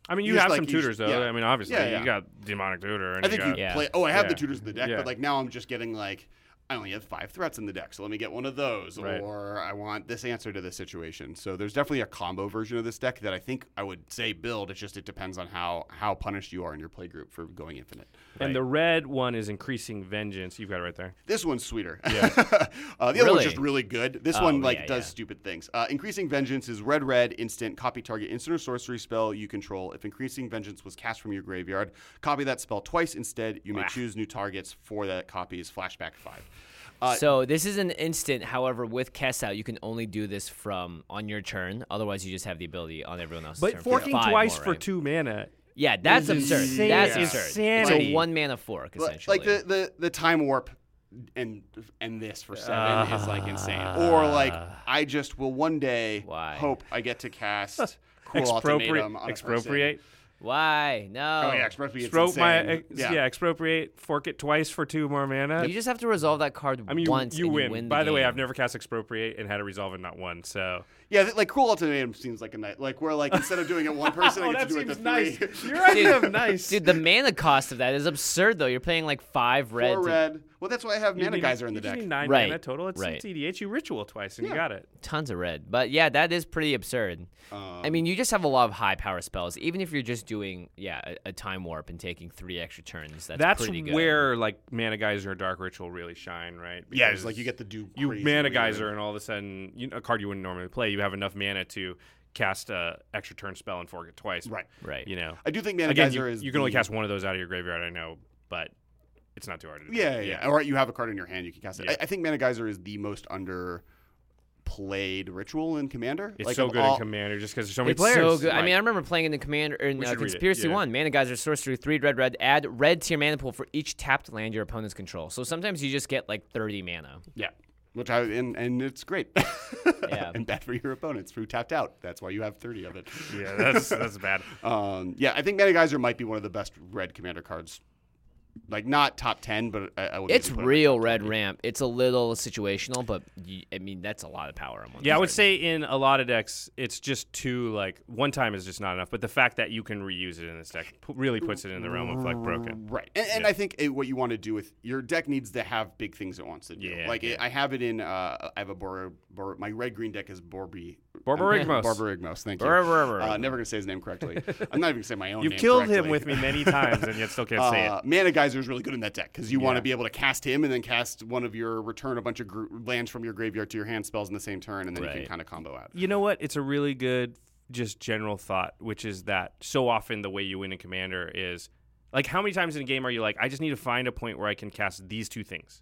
I mean, you You just, have like, some you just- tutors though. yeah. I mean, obviously, Yeah, yeah. you got demonic tutor. And I think you you got, Yeah. play. Oh, I have Yeah. the tutors in the deck, Yeah. but like now I'm just getting like I only have five threats in the deck, so let me get one of those, Right. or I want this answer to this situation. So there's definitely a combo version of this deck that I think I would say build. It's just it depends on how how punished you are in your play group for going infinite. And the red one is increasing vengeance. You've got it right there. This one's sweeter. Yeah. uh, the other one's Really? just really good. This one like yeah, does yeah. stupid things. Uh, increasing vengeance is red red instant copy target instant or sorcery spell you control. If increasing vengeance was cast from your graveyard, copy that spell twice. Instead, you may choose new targets for that copy's flashback five. Uh, so this is an instant. However, with Kess out, you can only do this from on your turn. Otherwise, you just have the ability on everyone else's turn. But forking Five twice more, for right? two mana Yeah, that's This is absurd. insane. That's Yeah. absurd. It's Insanity. a one man of fork Li- essentially. Like the, the the time warp and and this for seven is like insane. Or like I just will one day Why? hope I get to cast cool Expropriate. ultimatum on a person. Expropriate. Why? No. Oh yeah, expropriate's insane. Expropriate. My, ex- yeah. expropriate. Fork it twice for two more mana. You just have to resolve that card I mean, you, once. you and win. the By the way, game. I've never cast expropriate and had a resolve and not one. So Yeah, th- like cool ultimatum seems like a night. Like we're like instead of doing it one person, I Oh, get to do it to nice. three. Your idea of nice. Dude, the mana cost of that is absurd, though. You're playing like five red. Four to- red. Well, that's why I have You mana need- geyser in you the just deck. need nine Right, mana total. It's right. TDH. You ritual twice and you Yeah. got it. tons of red. But yeah, that is pretty absurd. Um, I mean, you just have a lot of high power spells. Even if you're just doing yeah a, a time warp and taking three extra turns, that's, That's, pretty good. where like mana geyser and dark ritual really shine, right? Yeah, it's like you get to do you crazy mana weird- geyser, and all of a sudden, you, a card you wouldn't normally play, you have enough mana to cast a extra turn spell and fork it twice. Right. Right. You know, I do think mana again, geyser you, is you can only the- cast one of those out of your graveyard. I know, but it's not too hard to do. Yeah, yeah. Or you have a card in your hand, you can cast it. Yeah. I, I think Mana Geyser is the most underplayed ritual in Commander. It's Like, so of good all- in Commander just because there's so many It's players. so good. I Right. mean, I remember playing in the commander in We uh, should read it, Conspiracy yeah. One. Mana Geyser sorcery, three red red. Add red to your mana pool for each tapped land your opponents control. So sometimes you just get like 30 mana. Yeah. Which I and, and it's great. Yeah. and bad for your opponents who tapped out. That's why you have thirty of it. yeah, that's that's bad. Um, yeah, I think Mana Geyser might be one of the best red commander cards. Like not top ten, but I, I would. It's put it- real red ramp. It's a little situational, but you, I mean that's a lot of power. On one Yeah, I would card. say in a lot of decks, it's just too like one time is just not enough. But the fact that you can reuse it in this deck p- really puts it in the realm of like broken. Right, and, and I think it, what you want to do with your deck needs to have big things it wants to do. Yeah, like it- I have it in. Uh, I have a Bor- Bor- my red green deck is Borby. Barbarigmos. Barbarigmos. Thank you. Barbarigmos. Uh, never gonna say his name correctly. I'm not even gonna say my own. You've name killed him correctly. with me many times and yet still can't say Uh, it. Mana Geyser is really good in that deck because you want Yeah. to be able to cast him and then cast one of your return a bunch of gr- lands from your graveyard to your hand spells in the same turn, and then you Right. can kind of combo out. You know what? It's a really good just general thought, which is that so often the way you win in Commander is like how many times in a game are you like, I just need to find a point where I can cast these two things.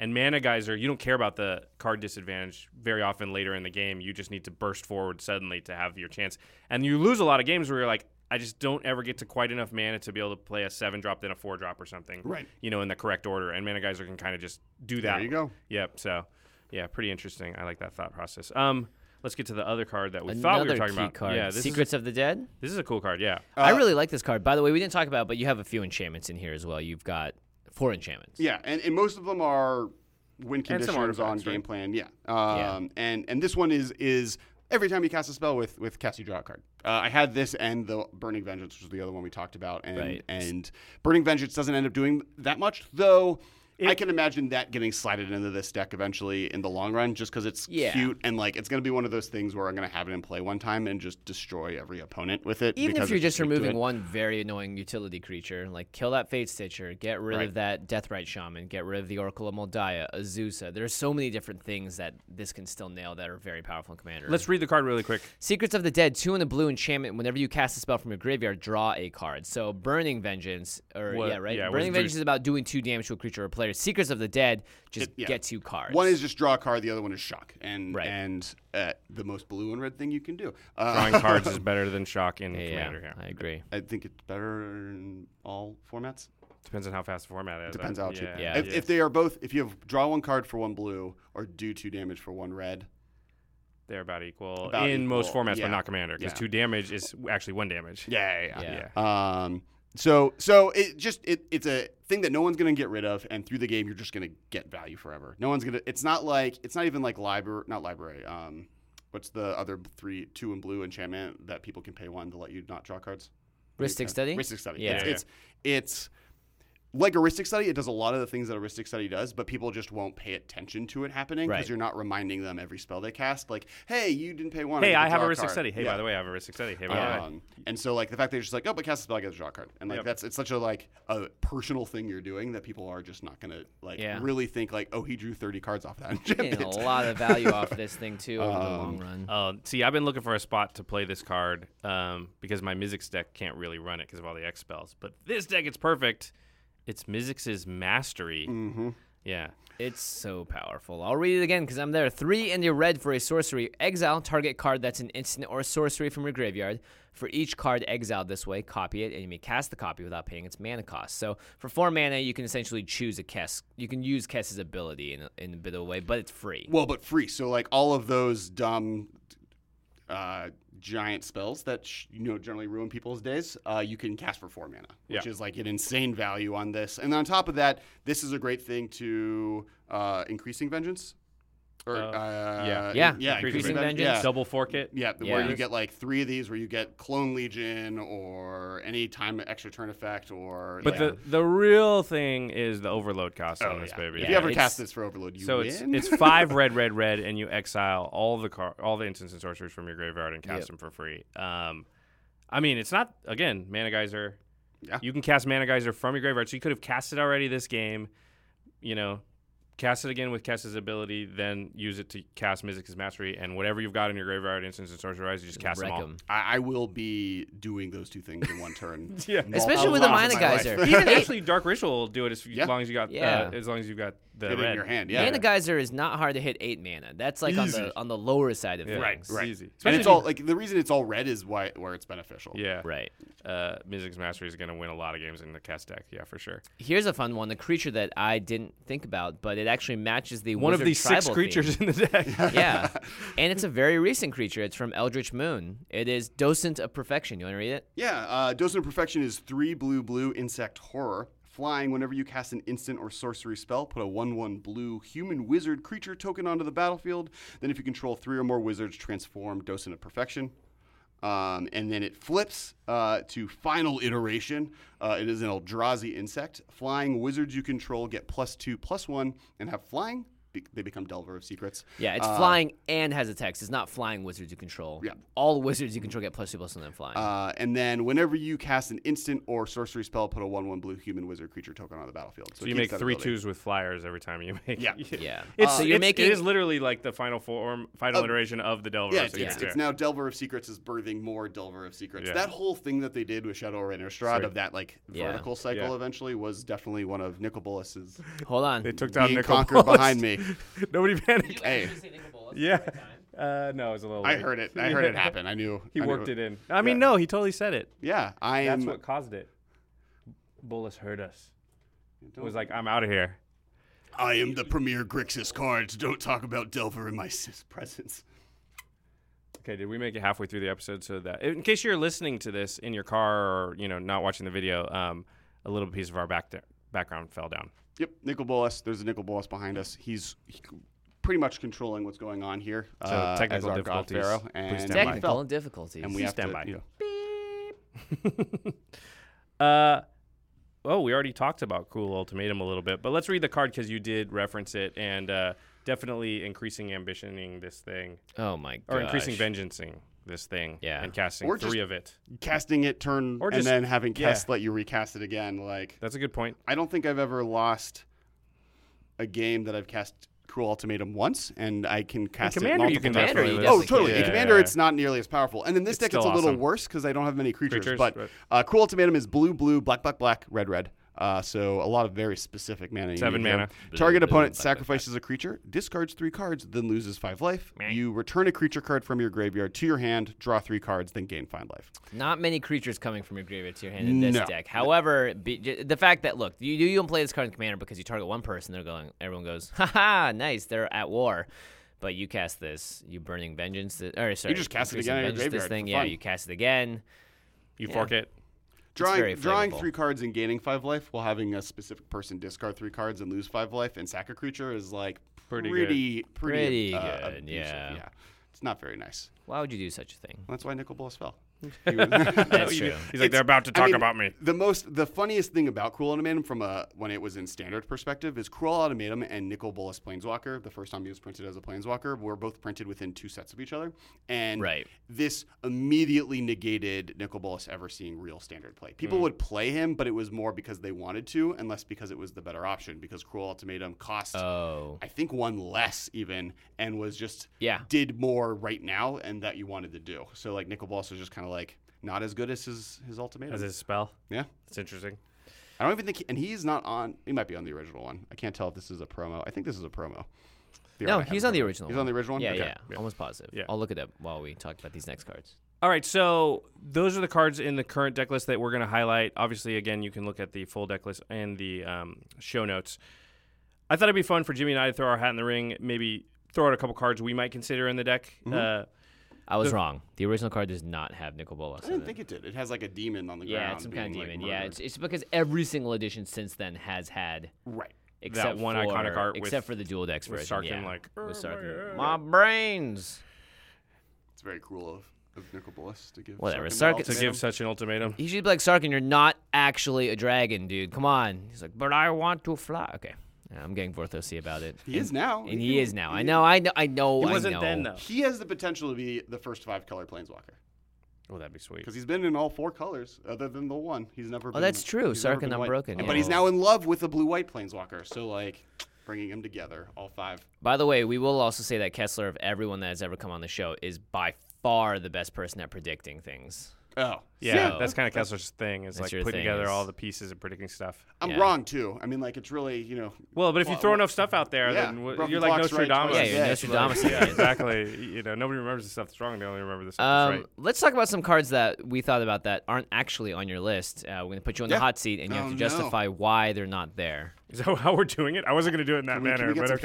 And Mana Geyser, you don't care about the card disadvantage very often later in the game. You just need to burst forward suddenly to have your chance. And you lose a lot of games where you're like, I just don't ever get to quite enough mana to be able to play a seven drop, then a four drop or something. Right. You know, in the correct order. And Mana Geyser can kind of just do that. There you go. Yep. So, yeah, pretty interesting. I like that thought process. Um, let's get to the other card that we thought we were Another talking key about. Card. Yeah, this Secrets is of the Dead. a, Uh, this is a cool card. Yeah. Uh, I really like this card. By the way, we didn't talk about, it, but you have a few enchantments in here as well. You've got four enchantments. Yeah, and, and most of them are win some conditions on artifacts, game right? plan. Yeah. Um, And and this one is is every time you cast a spell with with cast you draw a card. Uh, I had this and the Burning Vengeance, which was the other one we talked about, and Right. and Burning Vengeance doesn't end up doing that much though. I can imagine that getting slided into this deck eventually in the long run, just because it's Yeah. cute and like it's going to be one of those things where I'm going to have it in play one time and just destroy every opponent with it. Even because if you're it's just cute to removing it. one very annoying utility creature, like kill that Fate Stitcher, get rid Right. of that Deathrite Shaman, get rid of the Oracle of Moldiah, Azusa. There's so many different things that this can still nail that are very powerful in Commander. Let's read the card really quick. Secrets of the Dead, two in a blue enchantment. Whenever you cast a spell from your graveyard, draw a card. So Burning Vengeance, or What- yeah, right. yeah, what does it Burning do? Vengeance is about doing two damage to a creature or player. Secrets of the Dead just It- yeah. gets you cards. One is just draw a card. The other one is shock, and Right. and uh, the most blue and red thing you can do. Uh, Drawing cards is better than shock in yeah, Commander. Yeah. I agree. I think it's better in all formats. Depends on how fast the format is. Depends I- how cheap. Yeah. if, if they are both, if you have draw one card for one blue or do two damage for one red, They're about equal About in most equal, formats, yeah. but not Commander because Yeah. two damage is actually one damage. yeah, yeah, Yeah. Um, so so it just it, it's a thing that no one's gonna get rid of, and through the game you're just gonna get value forever. No one's gonna. It's not like it's not even like library, not library. Um, what's the other three, two and blue enchantment that people can pay one to let you not draw cards? Ristic Study. Heuristic study. Yeah. It's, it's it's like heuristic study. It does a lot of the things that heuristic study does, but people just won't pay attention to it happening because Right. you're not reminding them every spell they cast. Like, hey, you didn't pay one. get Hey, to I have draw a a risk card. study. Hey, Yeah. by the way, I have a risk study. Hey, by the way. Um, and so like the fact they're just like, oh, but cast a spell, I get to draw a card, and like Yep. that's it's such a like a personal thing you're doing that people are just not gonna like Yeah. really think like, oh, he drew thirty cards off that. getting a enchantment. lot of value off this thing too over Um, the long run. Uh, see, I've been looking for a spot to play this card um, because my Mizzix deck can't really run it Mm-hmm. because of all the X spells. But this deck, it's perfect. It's Mizzix's Mastery. Yeah. It's so powerful. I'll read it again because I'm there. Three in your red for a sorcery. Exile target card that's an instant or sorcery from your graveyard. For each card exiled this way, copy it, and you may cast the copy without paying its mana cost. So for four mana, you can essentially choose a Kess. You can use Kess's ability in a, in a bit of a way, but it's free. Well, but free. So like all of those dumb uh, giant spells that sh- you know generally ruin people's days, uh, you can cast for four mana, which Yeah. is like an insane value on this. And on top of that, this is a great thing to uh, increasing vengeance. Or, Uh, uh, yeah. Yeah, yeah, Increasing Ven- Vengeance. yeah. Double fork it. Yeah, the- Yeah. where you get like three of these, where you get Clone Legion or any time extra turn effect, or But yeah. the the real thing is the overload cost Oh, on this yeah. baby. If you ever it's- cast this for Overload, you so win. it's it's five red, red, red, and you exile all the car, all the instants and sorceries from your graveyard and cast Yep. them for free. Um, I mean, it's not again Mana Geyser. Yeah. you can cast Mana Geyser from your graveyard, so you could have cast it already this game. You know, cast it again with Kess's ability, then use it to cast Mizik's Mastery and whatever you've got in your graveyard, instants and sorceries, you just cast Wreck them all. 'em. I, I will be doing those two things in one turn. Yeah. multiple Especially with a times Mana in my life. Geyser. Even actually, Dark Ritual will do it as, Yeah. long as you got Yeah. uh, as long as you've got the Get it red. in your hand, yeah. Mana Geyser is not hard to hit eight mana. That's like on Easy. the on the lower side of Yeah. things. Right, right. Easy. And Especially if it's you- all like the reason it's all red is why where it's beneficial. Yeah. Right. Uh, Music's Mastery is going to win a lot of games in the cast deck. Yeah, for sure. Here's a fun one: the creature that I didn't think about, but it actually matches the One of wizard these six tribal creatures in the deck. theme. yeah, and it's a very recent creature. It's from Eldritch Moon. It is Docent of Perfection. You want to read it? Yeah, uh, Dose of Perfection is three blue blue insect horror. Flying, whenever you cast an instant or sorcery spell, put a 1 1 blue human wizard creature token onto the battlefield. Then, if you control three or more wizards, transform Docent of Perfection. Um, and then it flips uh, to final iteration. Uh, it is an Eldrazi insect. Flying wizards you control get plus two, plus one, and have flying. Be- they become Delver of Secrets. Yeah, it's flying and has a text. It's not flying wizards you control. Uh, Yeah. All wizards you control get plus two plus one and flying. Uh, and then whenever you cast an instant or sorcery spell, put a one-one blue human wizard creature token on the battlefield. So it you keeps make that three ability. twos with flyers every time you make. Yeah. Yeah. It's, So Uh, you're it's- making- it is literally like the final form, final iteration of the Delver. Yeah, of it's, it's, Secrets, it's now Delver of Secrets is birthing more Delver of Secrets. Yeah. That whole thing that they did with Shadow Innistrad of that like Yeah. vertical cycle Yeah. eventually was definitely one of Nicol Bolas's Hold on. They took down being Nicol conquered Bolas. behind me. Nobody panicked. Hey, Yeah. Uh, no, it was a little. I late. heard it. I heard it Yeah. happen. I knew He I knew worked it in. I mean, no, he totally said it. Yeah, I am. That's what caused it. Bolus heard us. It was like, I'm out of here. I am the premier Grixis cards. Don't talk about Delver in my sis presence. Okay, did we make it halfway through the episode so that in case you're listening to this in your car or you know not watching the video, um, a little piece of our back background fell down. Yep, Nicol Bolas. There's a Nicol Bolas behind us. He's he, pretty much controlling what's going on here. uh, So technical as our god difficulties. Pharaoh, Please and stand by. he Technical fell. difficulties. And we Please have stand to, by. you know, Uh, oh, we already talked about Cool Ultimatum a little bit, but let's read the card because you did reference it and uh, definitely increasing ambitioning this thing oh my god. or increasing vengeancing this thing. Yeah. and casting Or just- three of it. casting it, turn, Or and just- then having yeah. cast let you recast it again. Like That's a good point. I don't think I've ever lost a game that I've cast Cruel Ultimatum once, and I can cast Commander, it you multiple can times. definitely Oh, list it. totally. Yeah, in Commander, yeah. it's not nearly as powerful. And in this It's deck, it's a still little awesome. worse because I don't have many creatures. Creatures, but but- Uh, Cruel Ultimatum is blue, blue, black, black, black, red, red. Uh, so a lot of very specific mana. you Seven need here. mana. Target opponent sacrifices a creature, discards three cards, then loses five life. You return a creature card from your graveyard to your hand, draw three cards, then gain five life. Not many creatures coming from your graveyard to your hand in this No. deck. However, be, j- the fact that look, you you don't play this card in Commander because you target one person, they're going. Everyone goes, ha ha, nice, they're at war. But you cast this, you burning vengeance. Th- or sorry, just cast it Increasing again in your Vengeance This graveyard thing, for yeah, fun. you cast it again. You fork it. Drawing very drawing flavorful. three cards and gaining five life while having a specific person discard three cards and lose five life and sack a creature is like Pretty pretty good. pretty Pretty uh, good, abusive. yeah. It's not very nice. Why would you do such a thing? Well, that's why Nicol Bolas fell. That's true. He's like, they're about to I talk mean, about me. The most, the funniest thing about Cruel Ultimatum from a when it was in standard perspective is Cruel Ultimatum and Nicol Bolas Planeswalker, the first time he was printed as a Planeswalker, were both printed within two sets of each other, and Right. this immediately negated Nicol Bolas ever seeing real standard play. People would play him, but it was more because they wanted to, and less because it was the better option. Because Cruel Ultimatum cost. Oh, I think one less even, and was just Yeah. did more right now, and that you wanted to do. So like Nicol Bolas was just kind of like not as good as his his ultimatum. As his spell. yeah, It's interesting. I don't even think, he, and he's not on. He might be on the original one. I can't tell if this is a promo. I think this is a promo. The No, art I have he's in on front of the me. original. He's on the original one. Yeah, Okay. yeah, Almost positive. Yeah. I'll look it up while we talk about these next cards. All right, so those are the cards in the current deck list that we're going to highlight. Obviously, again, you can look at the full deck list and the um, show notes. I thought it'd be fun for Jimmy and I to throw our hat in the ring, maybe throw out a couple cards we might consider in the deck. Mm-hmm. Uh, I was wrong. The original card does not have Nicol Bolas. I didn't think it did. It has like a demon on the ground. Yeah, it's some kind of being, like, demon. yeah, murdered. it's, it's because every single edition since then has had right. except one for, iconic art with- except for the dual decks with version. Sarkin, yeah. like, with "Oh, my Sarkin. head." My brains. It's very cruel of of Nicol Bolas to give Whatever, Sarkin that Sarkin- to To Man. give such an ultimatum. He should be like Sarkin. You're not actually a dragon, dude. Come on. He's like, but I want to fly. Okay, Yeah, I'm getting Vorthosy about it. He is now. and he is now. I know. I know. I know. He I wasn't know. then, though. He has the potential to be the first five color planeswalker Oh, that'd be sweet. because he's been in all four colors other than the one. He's never. been, Oh, that's true. he's never Sarkin been white. Unbroken, And- yeah. But he's now in love with the blue white planeswalker. So like, bringing him together, all five. By the way, we will also say that Kessler, of everyone that has ever come on the show, is by far the best person at predicting things. Oh, Yeah, So- that's kind of Kessler's thing is That's like your putting thing together is- all the pieces and predicting stuff. I'm Yeah. wrong too. I mean, like it's really you know. Well, but if you Well, throw well, enough stuff out there, yeah, then w- Brooklyn you're like clock's right Nostradamus. twice. Yeah, you're Yeah, it's Nostradamus. Yeah, exactly. You know, nobody remembers the stuff that's wrong. They only remember the stuff Um, that's right. Let's talk about some cards that we thought about that aren't actually on your list. Uh, we're going to put you on Yeah. the hot seat, and you have Oh, to no. justify why they're not there. Is that how we're doing it? I wasn't going to do it in that Can we, can manner, we get but some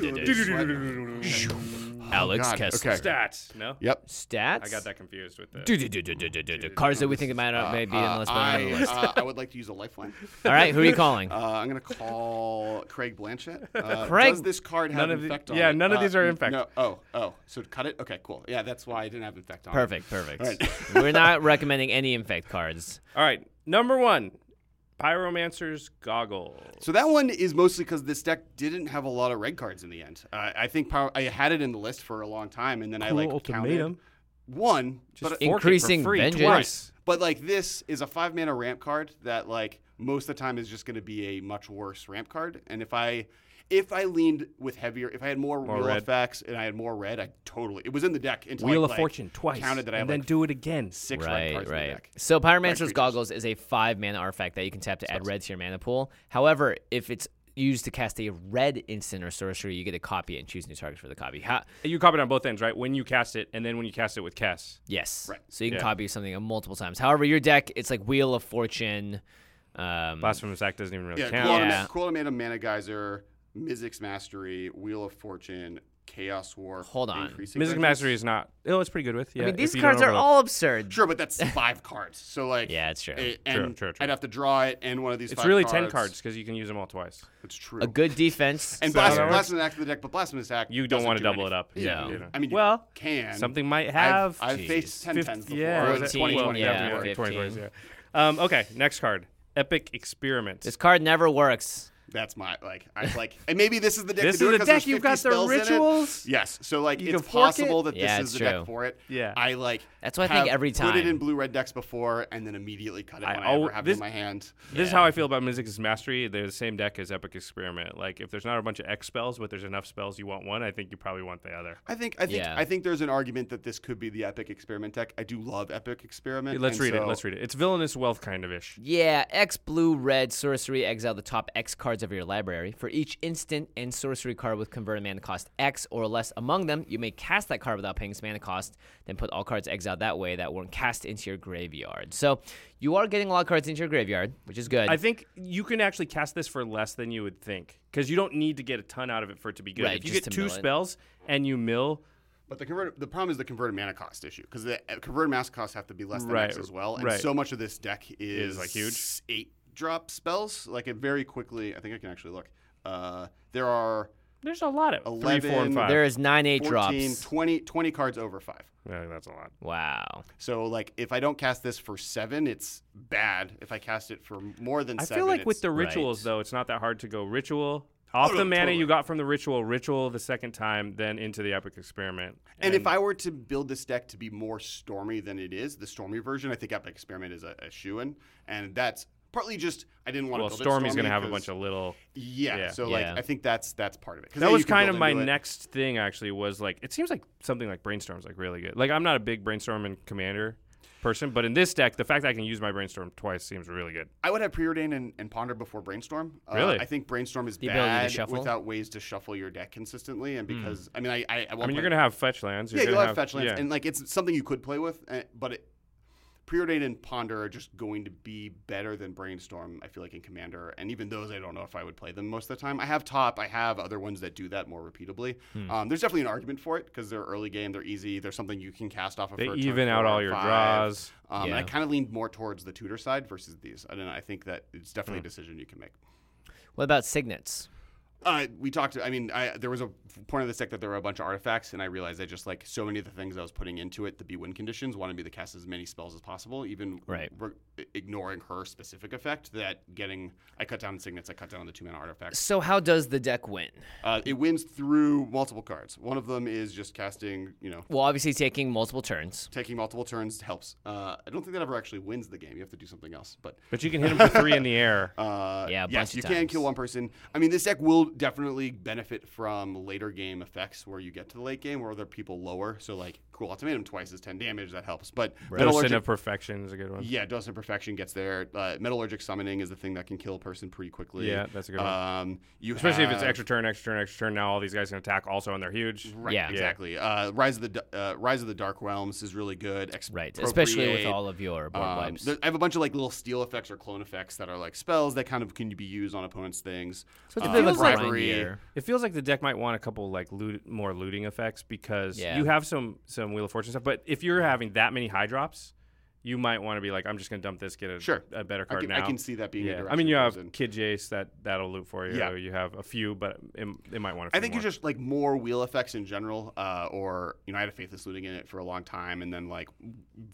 okay. heat lamps? Alex Oh, God, Kessler. okay. Stats. No. Yep. Stats. I got that confused with the. that. Cards that we think might not may be on the list, but are not on the I, list. uh, I would like to use a lifeline. All right, who are you calling? Uh, I'm gonna call Craig Blanchett. Uh, Craig- does this card have None of the- infect on yeah, it? none of Uh, these are n- infect. No, oh, oh, so cut it. Okay, cool. Yeah, that's why I didn't have infect on. it. Perfect, perfect. All right. We're not recommending any infect cards. All right. Number one, Pyromancer's Goggle. So that one is mostly because this deck didn't have a lot of red cards in the end. Uh, I think power, I had it in the list for a long time, and then I like counted one, Just but fork it for Increasing free vengeance. twice. But like this is a five mana ramp card that like most of the time is just going to be a much worse ramp card. And if I if I leaned with heavier, if I had more, More real red. effects and I had more red, I totally it was in the deck until Wheel I, of like, Fortune twice. Counted that I and had then like do it again. six red Right, cards in the right. deck. So Pyromancer's creatures. Goggles is a five mana artifact that you can tap to add red to your mana pool. However, if it's used to cast a red instant or sorcery, you get to copy it and choose new targets for the copy. Ha- You copy it on both ends, right? When you cast it, and then when you cast it with Kess. yes. Right. So you can Yeah. copy something multiple times. However, your deck, it's like Wheel of Fortune. Um, Blasphemous Act doesn't even really Yeah, count. Quillam- Yeah. Quillamata Mana Geyser, Mizzix Mastery, Wheel of Fortune, Chaos War. Hold on. Mystic Mastery is not. Oh, it's pretty good with. Yeah. I mean, if these you don't cards are overload. all absurd. Sure, but that's five cards. So like, Yeah, it's true. eh, and True, true, true. I'd have to draw it and one of these. It's five really cards. ten cards because you can use them all twice. It's true. A good defense. And So- Blas- That works. Blasphemous Act of the deck, but Blasphemous Act. You don't doesn't want to do double anything. it up. Yeah. you know. I mean, you well, can. something might I've, have. I've Jeez. faced ten tens before. yeah, Or was that- it 20, 2020, yeah, that yeah, worked. yeah. 2020, yeah. Um, okay, next card. Epic experiment. this card never works. That's my like. I like, and maybe this is the deck. This to do is it the 'cause deck, there's you've 50 got the spells in it. rituals. Yes, so like You it's can fork possible it. that Yeah, this is it's the true. deck for it. Yeah. I like. That's why I think have every put it time. in blue red decks before, and then immediately cut it I when I ever al- have it this- in my hand. This is how I feel about Mystic's Mastery. They're the same deck as Epic Experiment. Like, if there's not a bunch of X spells, but there's enough spells you want one, I think you probably want the other. I think I think Yeah. I think there's an argument that this could be the epic experiment deck. I do love epic experiment. Let's and read so- it. Let's read it. It's villainous wealth kind of ish. Yeah, X blue red sorcery exile the top X cards of your library. For each instant and sorcery card with converted mana cost X or less among them, you may cast that card without paying its mana cost, then put all cards exiled that way that weren't cast into your graveyard. So you are getting a lot of cards into your graveyard, which is good. I think you can actually cast this for less than you would think because you don't need to get a ton out of it for it to be good. Right, if you just get to two mill it. spells and you mill, But the convert the problem is the converted mana cost issue because the uh, converted mana costs have to be less than Right, X as well, and right. so much of this deck is, like, huge. eight drop spells. Like it very quickly, I think I can actually look. Uh, there are there's a lot of three, four, 11, and five. there is nine eight 14, drops. 20, 20 cards over five. yeah, that's a lot. Wow. So like if I don't cast this for seven, it's bad. If I cast it for more than I seven, feel like with it's- the rituals right. though, it's not that hard to go ritual off no, the mana Oh, totally. you got from the ritual, ritual the second time, then into the epic experiment. And, if I were to build this deck to be more stormy than it is, the stormy version, I think Epic Experiment is a, a shoe in. And that's partly just I didn't want well, to build Stormy's it gonna have a 'cause- bunch of little. Yeah, Yeah. so Yeah. like I think that's that's part of it. 'Cause That then was you can kind build of my into it. next thing actually was like it seems like something like brainstorms like really good. Like I'm not a big brainstorm and commander person. But in this deck, the fact that I can use my brainstorm twice seems really good. I would have preordain and, and ponder before brainstorm. Uh, Really? I think brainstorm is The ability to bad shuffle? without ways to shuffle your deck consistently, and because I mean, I, I, at Hmm. I one mean, you're point- gonna have fetch lands. You're yeah, gonna you'll have fetch lands, yeah. and like it's something you could play with, uh, but it, preordain and ponder are just going to be better than brainstorm. I feel like in commander, and even those, I don't know if I would play them most of the time. I have top, I have other ones that do that more repeatably. Hmm. Um, there's definitely an argument for it because they're early game, they're easy, they're something you can cast off. Of they for a turn even out four all or your five. draws. Um, and Yeah. I kind of leaned more towards the tutor side versus these. I don't know. I think that it's definitely Hmm. a decision you can make. What about signets? Uh, we talked. I mean, I, there was a point of the deck that there were a bunch of artifacts, and I realized I just like so many of the things I was putting into it. The be win conditions wanted me to cast as many spells as possible, even Right. re- ignoring her specific effect. That getting I cut down on signets, I cut down on the two mana artifacts. So how does the deck win? Uh, it wins through multiple cards. One of them is just casting. You know, Well, obviously taking multiple turns. taking multiple turns helps. Uh, I don't think that ever actually wins the game. You have to do something else, but. But you can hit them for three in the air. Uh, Yeah, a bunch yes, of you can times. kill one person. I mean, this deck will definitely benefit from later game effects where you get to the late game where other people lower. So like, cool ultimatum twice is ten damage. That helps. But Medicine metallurgic- of Perfection is a good one. yeah, dose of perfection gets there. Uh, metallurgic summoning is the thing that can kill a person pretty quickly. Yeah, that's a good one. Um, you Especially if it's have- extra turn, extra turn, extra turn. Now all these guys can attack also, and they're huge. Right, Yeah. exactly. Uh, Rise of the D- uh, Rise of the Dark Realms is really good. Right. Especially with Expropriate. all of your board Um, wipes. there- I have a bunch of like little steel effects or clone effects that are like spells that kind of can be used on opponents' things. So it's a Uh, bit of like- a grind year. It feels like the deck might want a couple like loot, more looting effects because Yeah. you have some some Wheel of Fortune stuff. But if you're having that many high drops, you might want to be like, I'm just gonna dump this, get a Sure. a better I card can, now. I can see that being. A yeah. direction I mean, you it have goes in. Kid Jace that that'll loot for you. Yeah. You have a few, but it, it might want. A few I think more. you just like more wheel effects in general, uh, or you know, I had a faithless looting in it for a long time, and then like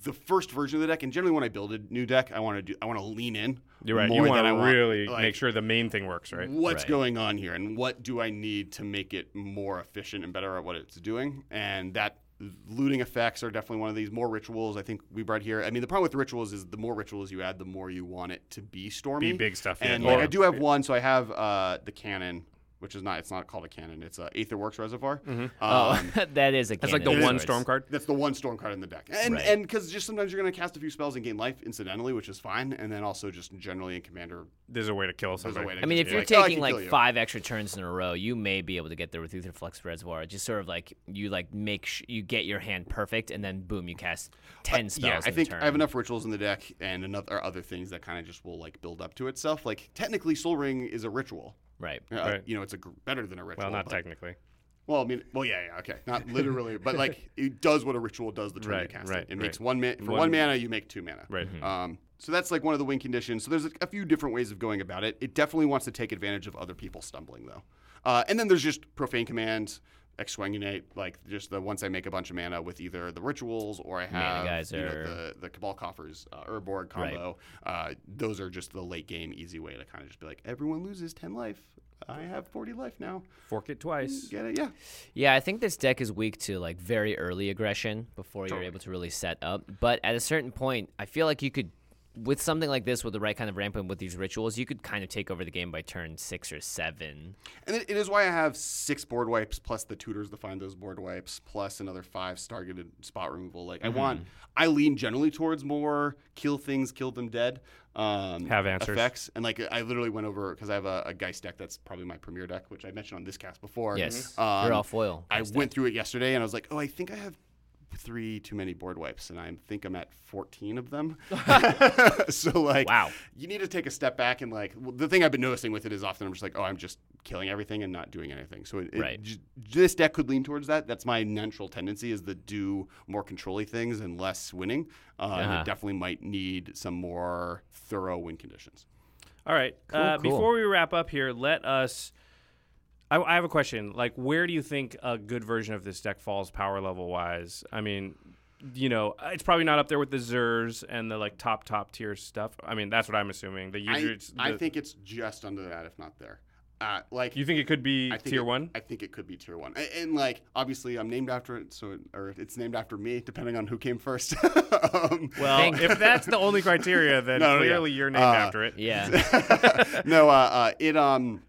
the first version of the deck. And generally, when I build a new deck, I want to do, I want to lean in. You're right. More You than want I to want, really like, make sure the main thing works, right? What's Right. going on here, and what do I need to make it more efficient and better at what it's doing? And that looting effects are definitely one of these more rituals. I think we brought here. I mean, the problem with rituals is the more rituals you add, the more you want it to be stormy, Be big stuff, yeah. And like Yeah. I do have one, so I have uh, the cannon. Which is not, it's not called a cannon. It's a Aetherworks Reservoir. Mm-hmm. Um, oh, that is a. That's like the cannon. one storm card. That's the one storm card in the deck, and Right. and because just sometimes you're gonna cast a few spells and gain life incidentally, which is fine, and then also just generally in commander, There's a way to kill there's somebody. a way to. I mean, if just you're be taking "Oh, I can kill like you." five extra turns in a row, you may be able to get there with Uther Flux Reservoir. It's Just sort of like you like make sh- you get your hand perfect, and then boom, you cast ten spells. Uh, yeah, in I a think turn. I have enough rituals in the deck and another other things that kind of just will like build up to itself. Like technically, Soul Ring is a ritual. Right. Uh, Right. You know, it's a gr- better than a ritual. Well, not but- technically. Well, I mean, well, yeah, yeah, okay, not literally, but like it does what a ritual does the turn you Right, cast right, it. It makes right. one man for one, One- mana, you make two mana. Right. Mhm. Um, so that's like one of the win conditions. So there's a, a few different ways of going about it. It definitely wants to take advantage of other people stumbling though. Uh, and then there's just profane commands, exsanguinate, like just the once I make a bunch of mana with either the rituals or I have you know, geyser. the the cabal coffers uh, Urborg Right. combo. Uh, those are just the late game easy way to kind of just be like everyone loses ten life. I have forty life now. Fork it twice. Get it? Yeah. Yeah, I think this deck is weak to like very early aggression before you're able to really set up. But at a certain point, I feel like you could, with something like this, with the right kind of ramp and with these rituals, you could kind of take over the game by turn six or seven. And it, it is why I have six board wipes plus the tutors to find those board wipes plus another five targeted spot removal. Like Mm-hmm. I want, I lean generally towards more kill things, kill them dead. Um, Have answers. effects, and like I literally went over because I have a, a Geist deck that's probably my premier deck, which I mentioned on this cast before. Yes, um, you're all foil. I went through it yesterday and I was like, oh, I think I have three too many board wipes, and I think I'm at 14 of them. so like, Wow. you need to take a step back and like well, the thing I've been noticing with it is often I'm just like, oh, I'm just killing everything and not doing anything. So it, it- Right. j- this deck could lean towards that. That's my natural tendency is to do more controlly things and less winning. Uh, and Uh-huh. it definitely might need some more thorough win conditions. All right. uh, cool. Before we wrap up here, let us. I, I have a question. Like, where do you think a good version of this deck falls power level wise? I mean, you know, it's probably not up there with the Zers and the like top top tier stuff. I mean, that's what I'm assuming. The user, I, it's I the- think it's just under that, if not there. Uh, like you think it could be I think tier it- one. I think it could be tier one. A- And, like, obviously, I'm named after it, so it, or it's named after me, depending on who came first. um, Well, if that's the only criteria, then No, no, yeah. clearly you're named Uh, after it. yeah, no, uh, uh, it um,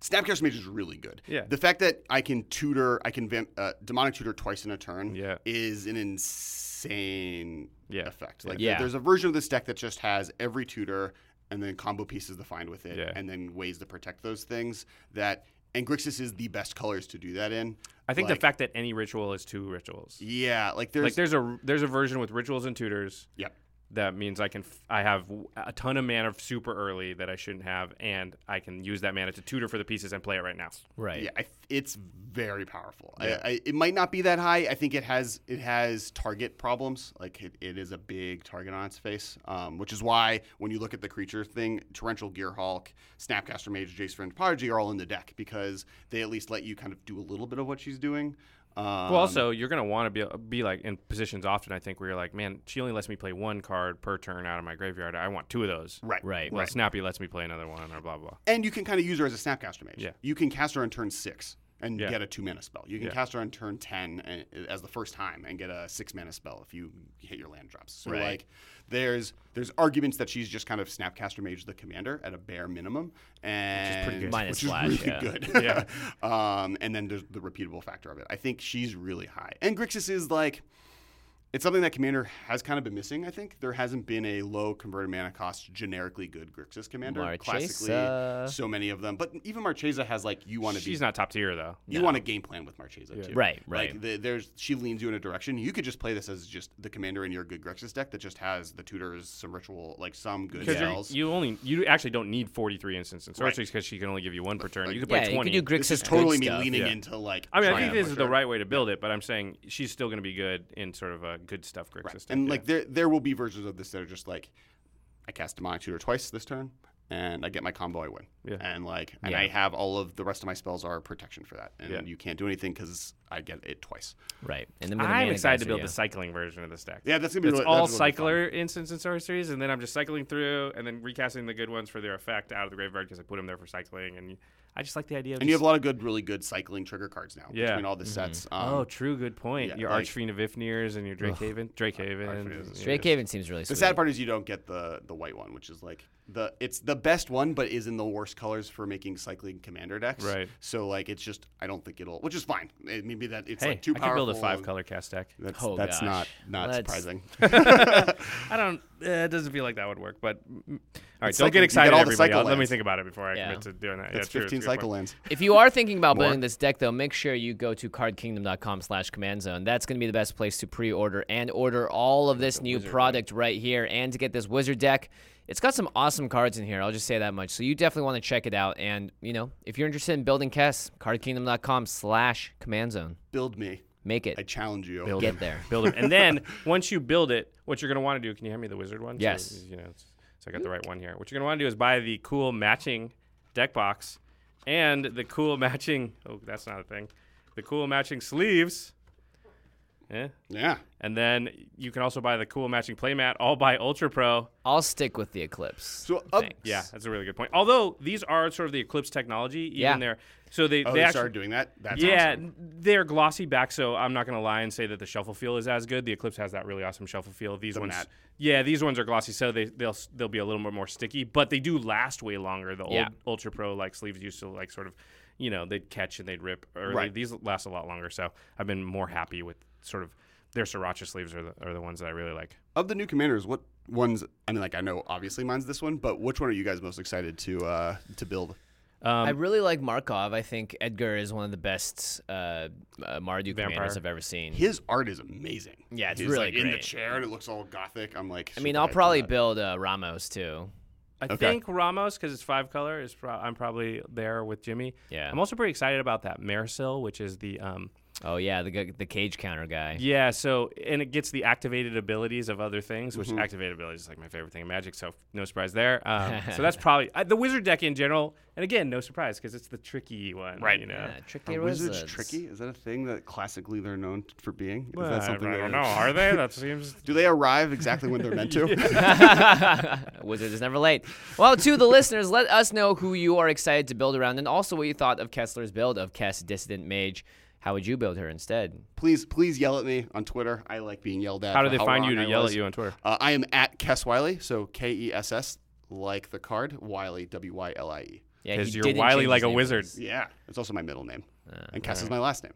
Snapcaster Mage is really good. Yeah. The fact that I can tutor, I can vamp, uh, demonic tutor twice in a turn. Yeah. Is an insane. insane Yeah. effect. Like Yeah. there's a version of this deck that just has every tutor and then combo pieces to find with it Yeah. and then ways to protect those things that and Grixis is the best colors to do that in. I think Like, the fact that any ritual is two rituals. Yeah, like there's like there's a there's a version with rituals and tutors yeah. that means I can f- I have w- a ton of mana super early that I shouldn't have, and I can use that mana to tutor for the pieces and play it right now. Right. Yeah, I, th- it's very powerful. I, I, it might not be that high. I think it has it has target problems. Like it, it is a big target on its face, um, which is why when you look at the creature thing, Torrential Gear Hulk, Snapcaster Mage, Jace Friend, Prodigy are all in the deck because they at least let you kind of do a little bit of what she's doing. Um, Well, also you're gonna want to be uh, be like in positions often. I think where you're like, man, she only lets me play one card per turn out of my graveyard. I want two of those. right, Right. Well, Snappy lets me play another one, or blah blah. blah. and you can kind of use her as a snapcaster mage. Yeah. You can cast her on turn six and Yeah. get a two mana spell. You can Yeah. cast her on turn ten and, as the first time and get a six mana spell if you hit your land drops. So Right. like, there's there's arguments that she's just kind of snapcaster mage the commander at a bare minimum, and good. Minus which is flash, really yeah. good. um, and then there's the repeatable factor of it. I think she's really high, and Grixis is like it's something that Commander has kind of been missing. I think there hasn't been a low converted mana cost generically good Grixis Commander. Classically, Marchesa. so many of them. But even Marchesa has like you want to be Uh, She's not top tier though. you want to game plan with Marchesa too. Right, right. Like the, there's she leans you in a direction. You could just play this as just the Commander in your good Grixis deck that just has the tutors, some ritual, like some good Because spells. you only you actually don't need 43 instants in sorceries because she can only give you one per turn. You can play Yeah, you 20. can do Grixis this is good totally me stuff. leaning Yeah. into like. I mean, I trying think to this push is the her. right way to build it, but I'm saying she's still going to be good in sort of a good stuff Grixis Right. system. And like there there will be versions of this that are just like I cast demonic tutor twice this turn and I get my combo I win. Yeah. And like and Yeah. I have all of the rest of my spells are protection for that. And Yeah. you can't do anything cuz I get it twice. Right. And the I'm Minamana excited guys to are- build yeah. the cycling version of this deck. Yeah, that's going to be It's really- all that's really fun. cycler instants and sorceries, and then I'm just cycling through and then recasting the good ones for their effect out of the graveyard because I put them there for cycling. And I just like the idea of And you have just- a lot of good really good cycling trigger cards now Yeah. between all the sets. Um, Oh, true. Good point. yeah, your like- Archfiend of Ifnir's and your Drake Haven. Drake Haven. Archfiend is- Drake Haven seems really the sweet. sad part is you don't get the the white one, which is like the it's the best one, but is in the worst colors for making cycling commander decks. Right. So like it's just I don't think it'll, which is fine. It, maybe that it's Hey, like too I could powerful. build a five and- color cast deck. That's Oh, that's gosh. not not Let's- surprising. I don't. Uh, it doesn't feel like that would work. But mm, all right, It's don't like- you get get excited, all the everybody. cycle I'll- Let me lands. think about it before I Yeah. commit to doing that. That's yeah, true, 15 it's a good cycle point. lands. If you are thinking about More. building this deck, though, make sure you go to cardkingdom.com slash command zone. That's going to be the best place to pre-order and order all of this new product right here and to get this wizard deck. It's got some awesome cards in here. I'll just say that much. So you definitely want to check it out. And, you know, if you're interested in building Kess, cardkingdom.com slash command zone. Build me. Make I it. challenge you. Get there. Build it, and then once you build it, what you're going to want to do. Can you hand me the wizard one? So, Yes. you know, it's- so I got the right one here. What you're going to want to do is buy the cool matching deck box, and the cool matching. Oh, that's not a thing. The cool matching sleeves. Yeah. Yeah. And then you can also buy the cool matching playmat, all by Ultra Pro. I'll stick with the Eclipse. So up. Thanks. Yeah, that's a really good point. Although these are sort of the Eclipse technology, even Yeah. there. So they Oh, they they, actually started doing that. That's yeah, awesome. n- they're glossy back, so I'm not gonna lie and say that the shuffle feel is as good. The Eclipse has that really awesome shuffle feel. These ones, matte. yeah, these ones are glossy, so they they'll s- they'll be a little bit more sticky, but they do last way longer. The Yeah. old Ultra Pro like sleeves used to like sort of, you know, they'd catch and they'd rip. Early. Right. These last a lot longer, so I've been more happy with sort of their Sriracha sleeves are the, are the ones that I really like. Of the new commanders, what ones? I mean, like I know obviously mine's this one, but which one are you guys most excited to uh to build? I really like Markov. I think Edgar is one of the best uh, uh, Mardu commanders I've ever seen. His art is amazing. Yeah, it's He's really like in the great. chair and it looks all gothic. I'm like. I mean, super I'll hyped on probably that. build uh, Ramos too. I think Ramos because it's five color is pro- I'm probably there with Jimmy. Yeah. I'm also pretty excited about that Marisil, which is the um Oh yeah, the gu- the cage counter guy. yeah. So and it gets the activated abilities of other things, Mm-hmm. which activated abilities is like my favorite thing in Magic. So no surprise there. Um, so that's probably uh, the Wizard deck in general. And again, no surprise because it's the tricky one, right? You know. Yeah, Uh, tricky Are wizards. wizards tricky? Is that a thing that classically they're known t- for being? Is Well, that I- something I, that don't know. Are they? That seems. Do they arrive exactly when they're meant to? Wizard is never late. Well, to the listeners, let us know who you are excited to build around, and also what you thought of Kessler's build of Kess Dissident Mage. How would you build her instead? please, please yell at me on Twitter. I like being yelled at. How do for they find you wrong to I yell was. at you on Twitter? Uh, I am at Kess Wiley, so K E S S, like the card, Wiley, W Y L I E. Yeah, Because he you're didn't wily change like his a name. wizard. Yeah, it's also my middle name, and Kess is my last name.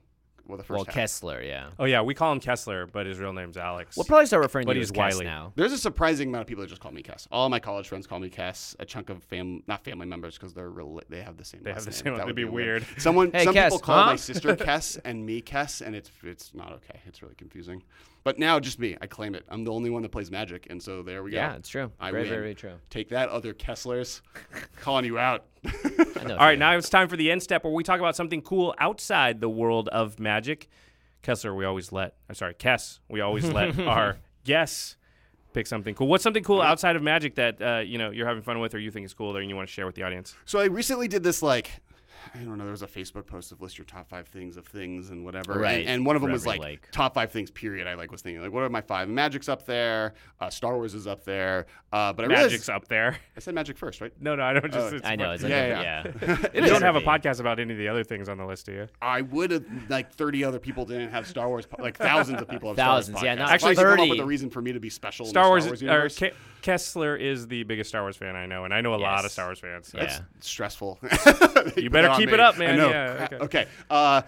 Well, the first Well, half. Kessler, yeah. Oh yeah, we call him Kessler, but his real name's Alex. We'll probably start referring But to you he's as Kess Wiley. now. There's a surprising amount of people that just call me Cass. All my college friends call me Cass. A chunk of fam, not family members, because they're rela- they have the same. They have last the name. same- That that'd be weird. Someone, Hey, some Cass, people call huh? my sister Cass and me Cass, and it's it's not okay. It's really confusing. But now, just me. I claim it. I'm the only one that plays Magic, and so there we go. Yeah, it's true. I very, win. very, very true. Take that, other Kesslers, calling you out. I know. All right, now it's time for the end step where we talk about something cool outside the world of magic. Kessler, we always let. I'm sorry, Kess, we always let our guests pick something cool. What's something cool outside of magic that uh, you know you're having fun with or you think is cool and you want to share with the audience? So I recently did this like I don't know. There was a Facebook post of list your top five things of things and whatever. and- Right. And, one of them For was every like, like. top five things. Period. I like was thinking like, what are my five? Magic's up there. Uh, Star Wars is up there. Uh, but I realized- Magic's up there. I said Magic first, right? No, no, I don't just. Oh, it's- I know. It's like, Yeah, yeah. You don't have a podcast about any of the other things on the list, do you? I would have like thirty other people didn't have Star Wars. po- Like thousands of people have Thousands, yeah, Star Wars. podcasts. not If I could come up 30. with a reason for me to be special. in the Star Wars, or universe, Ke- Kessler is the biggest Star Wars fan I know, and I know a lot of Yes. Star Wars fans. Yeah. It's stressful. You better keep it up, man. I know. Yeah, Crap. okay. okay. Uh,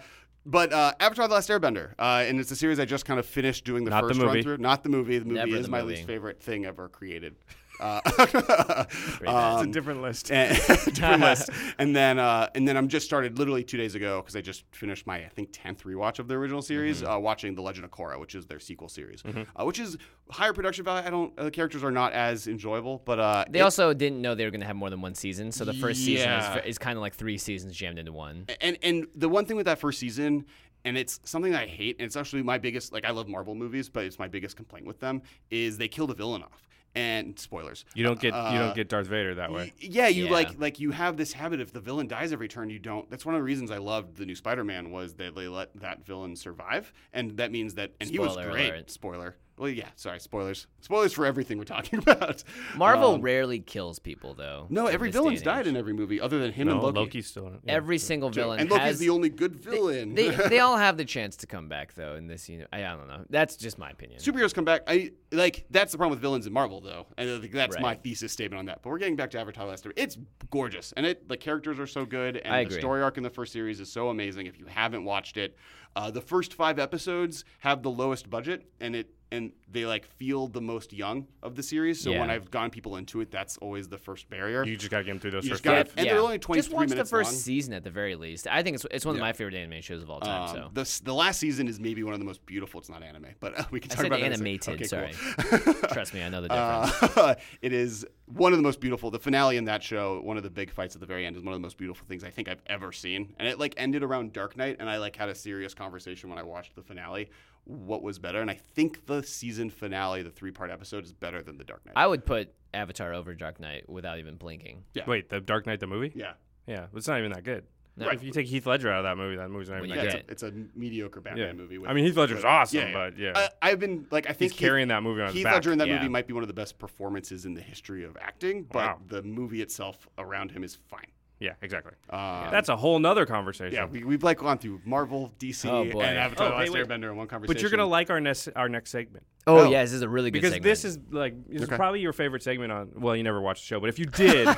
but uh, Avatar: The Last Airbender, uh, and it's a series I just kind of finished doing the Not the first movie. run through. Not the movie. The movie Never is the my movie. least favorite thing ever created. Uh, It's a um, different list. and, different list. And then uh, and then I'm just started literally two days ago because I just finished my I think tenth rewatch of the original series, Mm-hmm. uh, watching The Legend of Korra, which is their sequel series, uh, which is higher production value. I don't. Uh, the characters are not as enjoyable, but uh, They it- also didn't know they were going to have more than one season, so the first Yeah. season is, is kind of like three seasons jammed into one. and and the one thing with that first season and it's something that I hate, and it's actually my biggest like I love Marvel movies, but it's my biggest complaint with them is they kill the villain off. And spoilers. you don't get you Uh, don't get Darth Vader that way. Y- Yeah, you Yeah. like like you have this habit if the villain dies every turn, you don't. That's one of the reasons I loved the new Spider-Man was that they let that villain survive, and that means that and he was Spoiler great. alert. Spoiler. Well, yeah, sorry, spoilers. Spoilers for everything we're talking about. Marvel Um, rarely kills people, though. no, in every this day villain's and age. died in every movie other than him No, and Loki. Loki's still in it. Yeah. Every single too. villain and Loki's has the only good villain. They, they all have the chance to come back though in this uni- I, I don't know. That's just my opinion. superheroes come back. I like that's the problem with villains in Marvel, though, and I think that's my Right. thesis statement on that. But we're getting back to Avatar: The Last Airbender. It's gorgeous, and it the characters are so good, and I the agree. story arc in the first series is so amazing. If you haven't watched it, uh, the first five episodes have the lowest budget, and it and they like feel the most young of the series. So when Yeah. I've gone people into it, that's always the first barrier. You just gotta get him through those You just first gotta- five. and they're only Just 23 watch the minutes first long. season at the very least. I think it's it's one of my favorite anime shows of all time. Um, so the s- the last season is maybe one of the most beautiful. It's not anime, but uh, we can I talk said about that in a sec. animated. Okay, cool. sorry, trust me, I know the difference. Uh, it is one of the most beautiful. The finale in that show, one of the big fights at the very end, is one of the most beautiful things I think I've ever seen. And it like ended around Dark Knight, and I like had a serious conversation when I watched the finale. What was better? And I think the season finale, the three part episode, is better than the Dark Knight. I would put Avatar over Dark Knight without even blinking. Yeah. Wait, the Dark Knight, the movie? yeah, Yeah, but it's not even that good. Right. If you take Heath Ledger out of that movie, that movie's not even Well, that yeah. good. It's get- a, it's a mediocre Batman Yeah. movie. with- I mean, Heath Ledger's with- awesome, but, yeah. Uh, I've been like, I think He's Heath- carrying that movie on his Heath back. Ledger in that yeah. movie might be one of the best performances in the history of acting, but Wow. the movie itself around him is fine. Yeah, exactly. Um, That's a whole nother conversation. Yeah, we, we've like gone through Marvel, DC, Oh, boy. and Avatar: Oh, The hey, Last wait. Airbender in one conversation. but you're gonna like our next our next segment Oh, Oh. yeah, this is a really good because segment. this is like this Okay. is probably your favorite segment on. Well, you never watched the show, but if you did,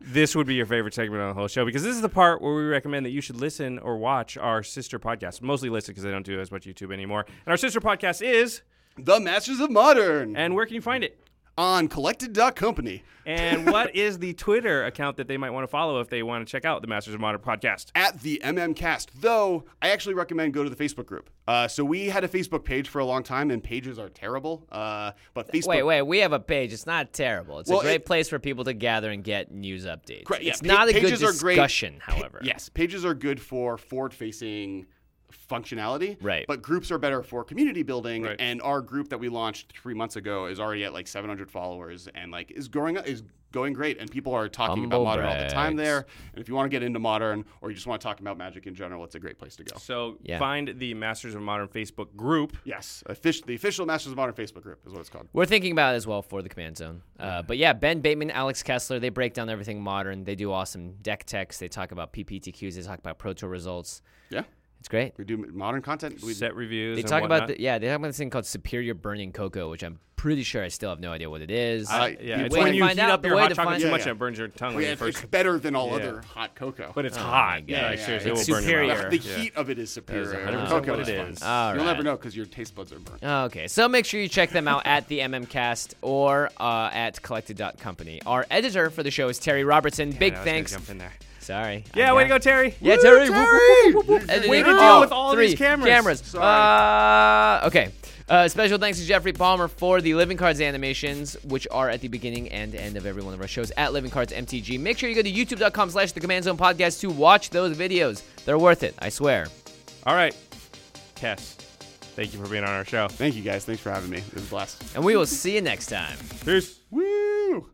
this would be your favorite segment on the whole show because this is the part where we recommend that you should listen or watch our sister podcast. Mostly listen because they don't do as much YouTube anymore. And our sister podcast is, the Masters of Modern and where can you find it? on Collected.Company And what is the Twitter account that they might want to follow if they want to check out the Masters of Modern podcast? at the MMCast. Though I actually recommend go to the Facebook group. Uh, so we had a Facebook page for a long time, and pages are terrible. Uh, but Facebook. Wait, wait, we have a page. It's not terrible. It's Well, a great it- place for people to gather and get news updates. Correct, yeah, It's pa- not a good pages are great. discussion, however. Yes, pages are good for forward-facing functionality. Right. But groups are better for community building. Right. And our group that we launched three months ago is already at like 700 followers and like is growing is going great. And people are talking Humble about modern all the time brags. there. And if you want to get into modern or you just want to talk about magic in general, it's a great place to go. So Yeah. find the Masters of Modern Facebook group. Yes, offic- the official Masters of Modern Facebook group is what it's called. We're thinking about it as well for the command zone. Uh, but yeah, Ben Bateman, Alex Kessler, they break down everything modern. They do awesome deck techs. They talk about PPTQs. They talk about Pro Tour results. Yeah. It's great. We do modern content. We, set reviews. They and talk about whatnot. the, yeah, they talk about this thing called superior burning cocoa, which I'm pretty sure I still have no idea what it is. I- Wait yeah, to it's when you find heat out up the your way hot to chocolate find- too Yeah, much, yeah. and it burns your tongue. when Yeah, you it's, first, it's better than all Yeah. other hot cocoa. but it's Oh my hot. God. Yeah, like, Yeah, seriously, it's it will burn your superior. mouth. the Yeah. heat of it is superior. I don't Whereas know cocoa what it fine. is. All You'll never right. know because your taste buds are burnt. Oh, Okay, so make sure you check them out at the MMCast or uh, at collected.company. Our editor for the show is Terry Robertson. Big I was gonna thanks. Jump in there. Sorry. Yeah, I'm way to down. go, Terry. Yeah, Terry. Terry! Way to deal Oh, with all these three cameras. Cameras. Sorry. Uh, okay. Uh, special thanks to Jeffrey Palmer for the Living Cards animations, which are at the beginning and end of every one of our shows at Living Cards MTG. Make sure you go to youtube.com slash the Command Zone Podcast to watch those videos. They're worth it, I swear. All right, Cass. Thank you for being on our show. Thank you guys. Thanks for having me. It was a blast. And we will see you next time. Peace. Woo!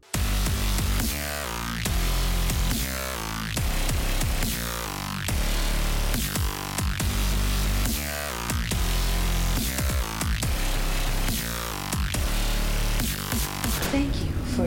Thank you for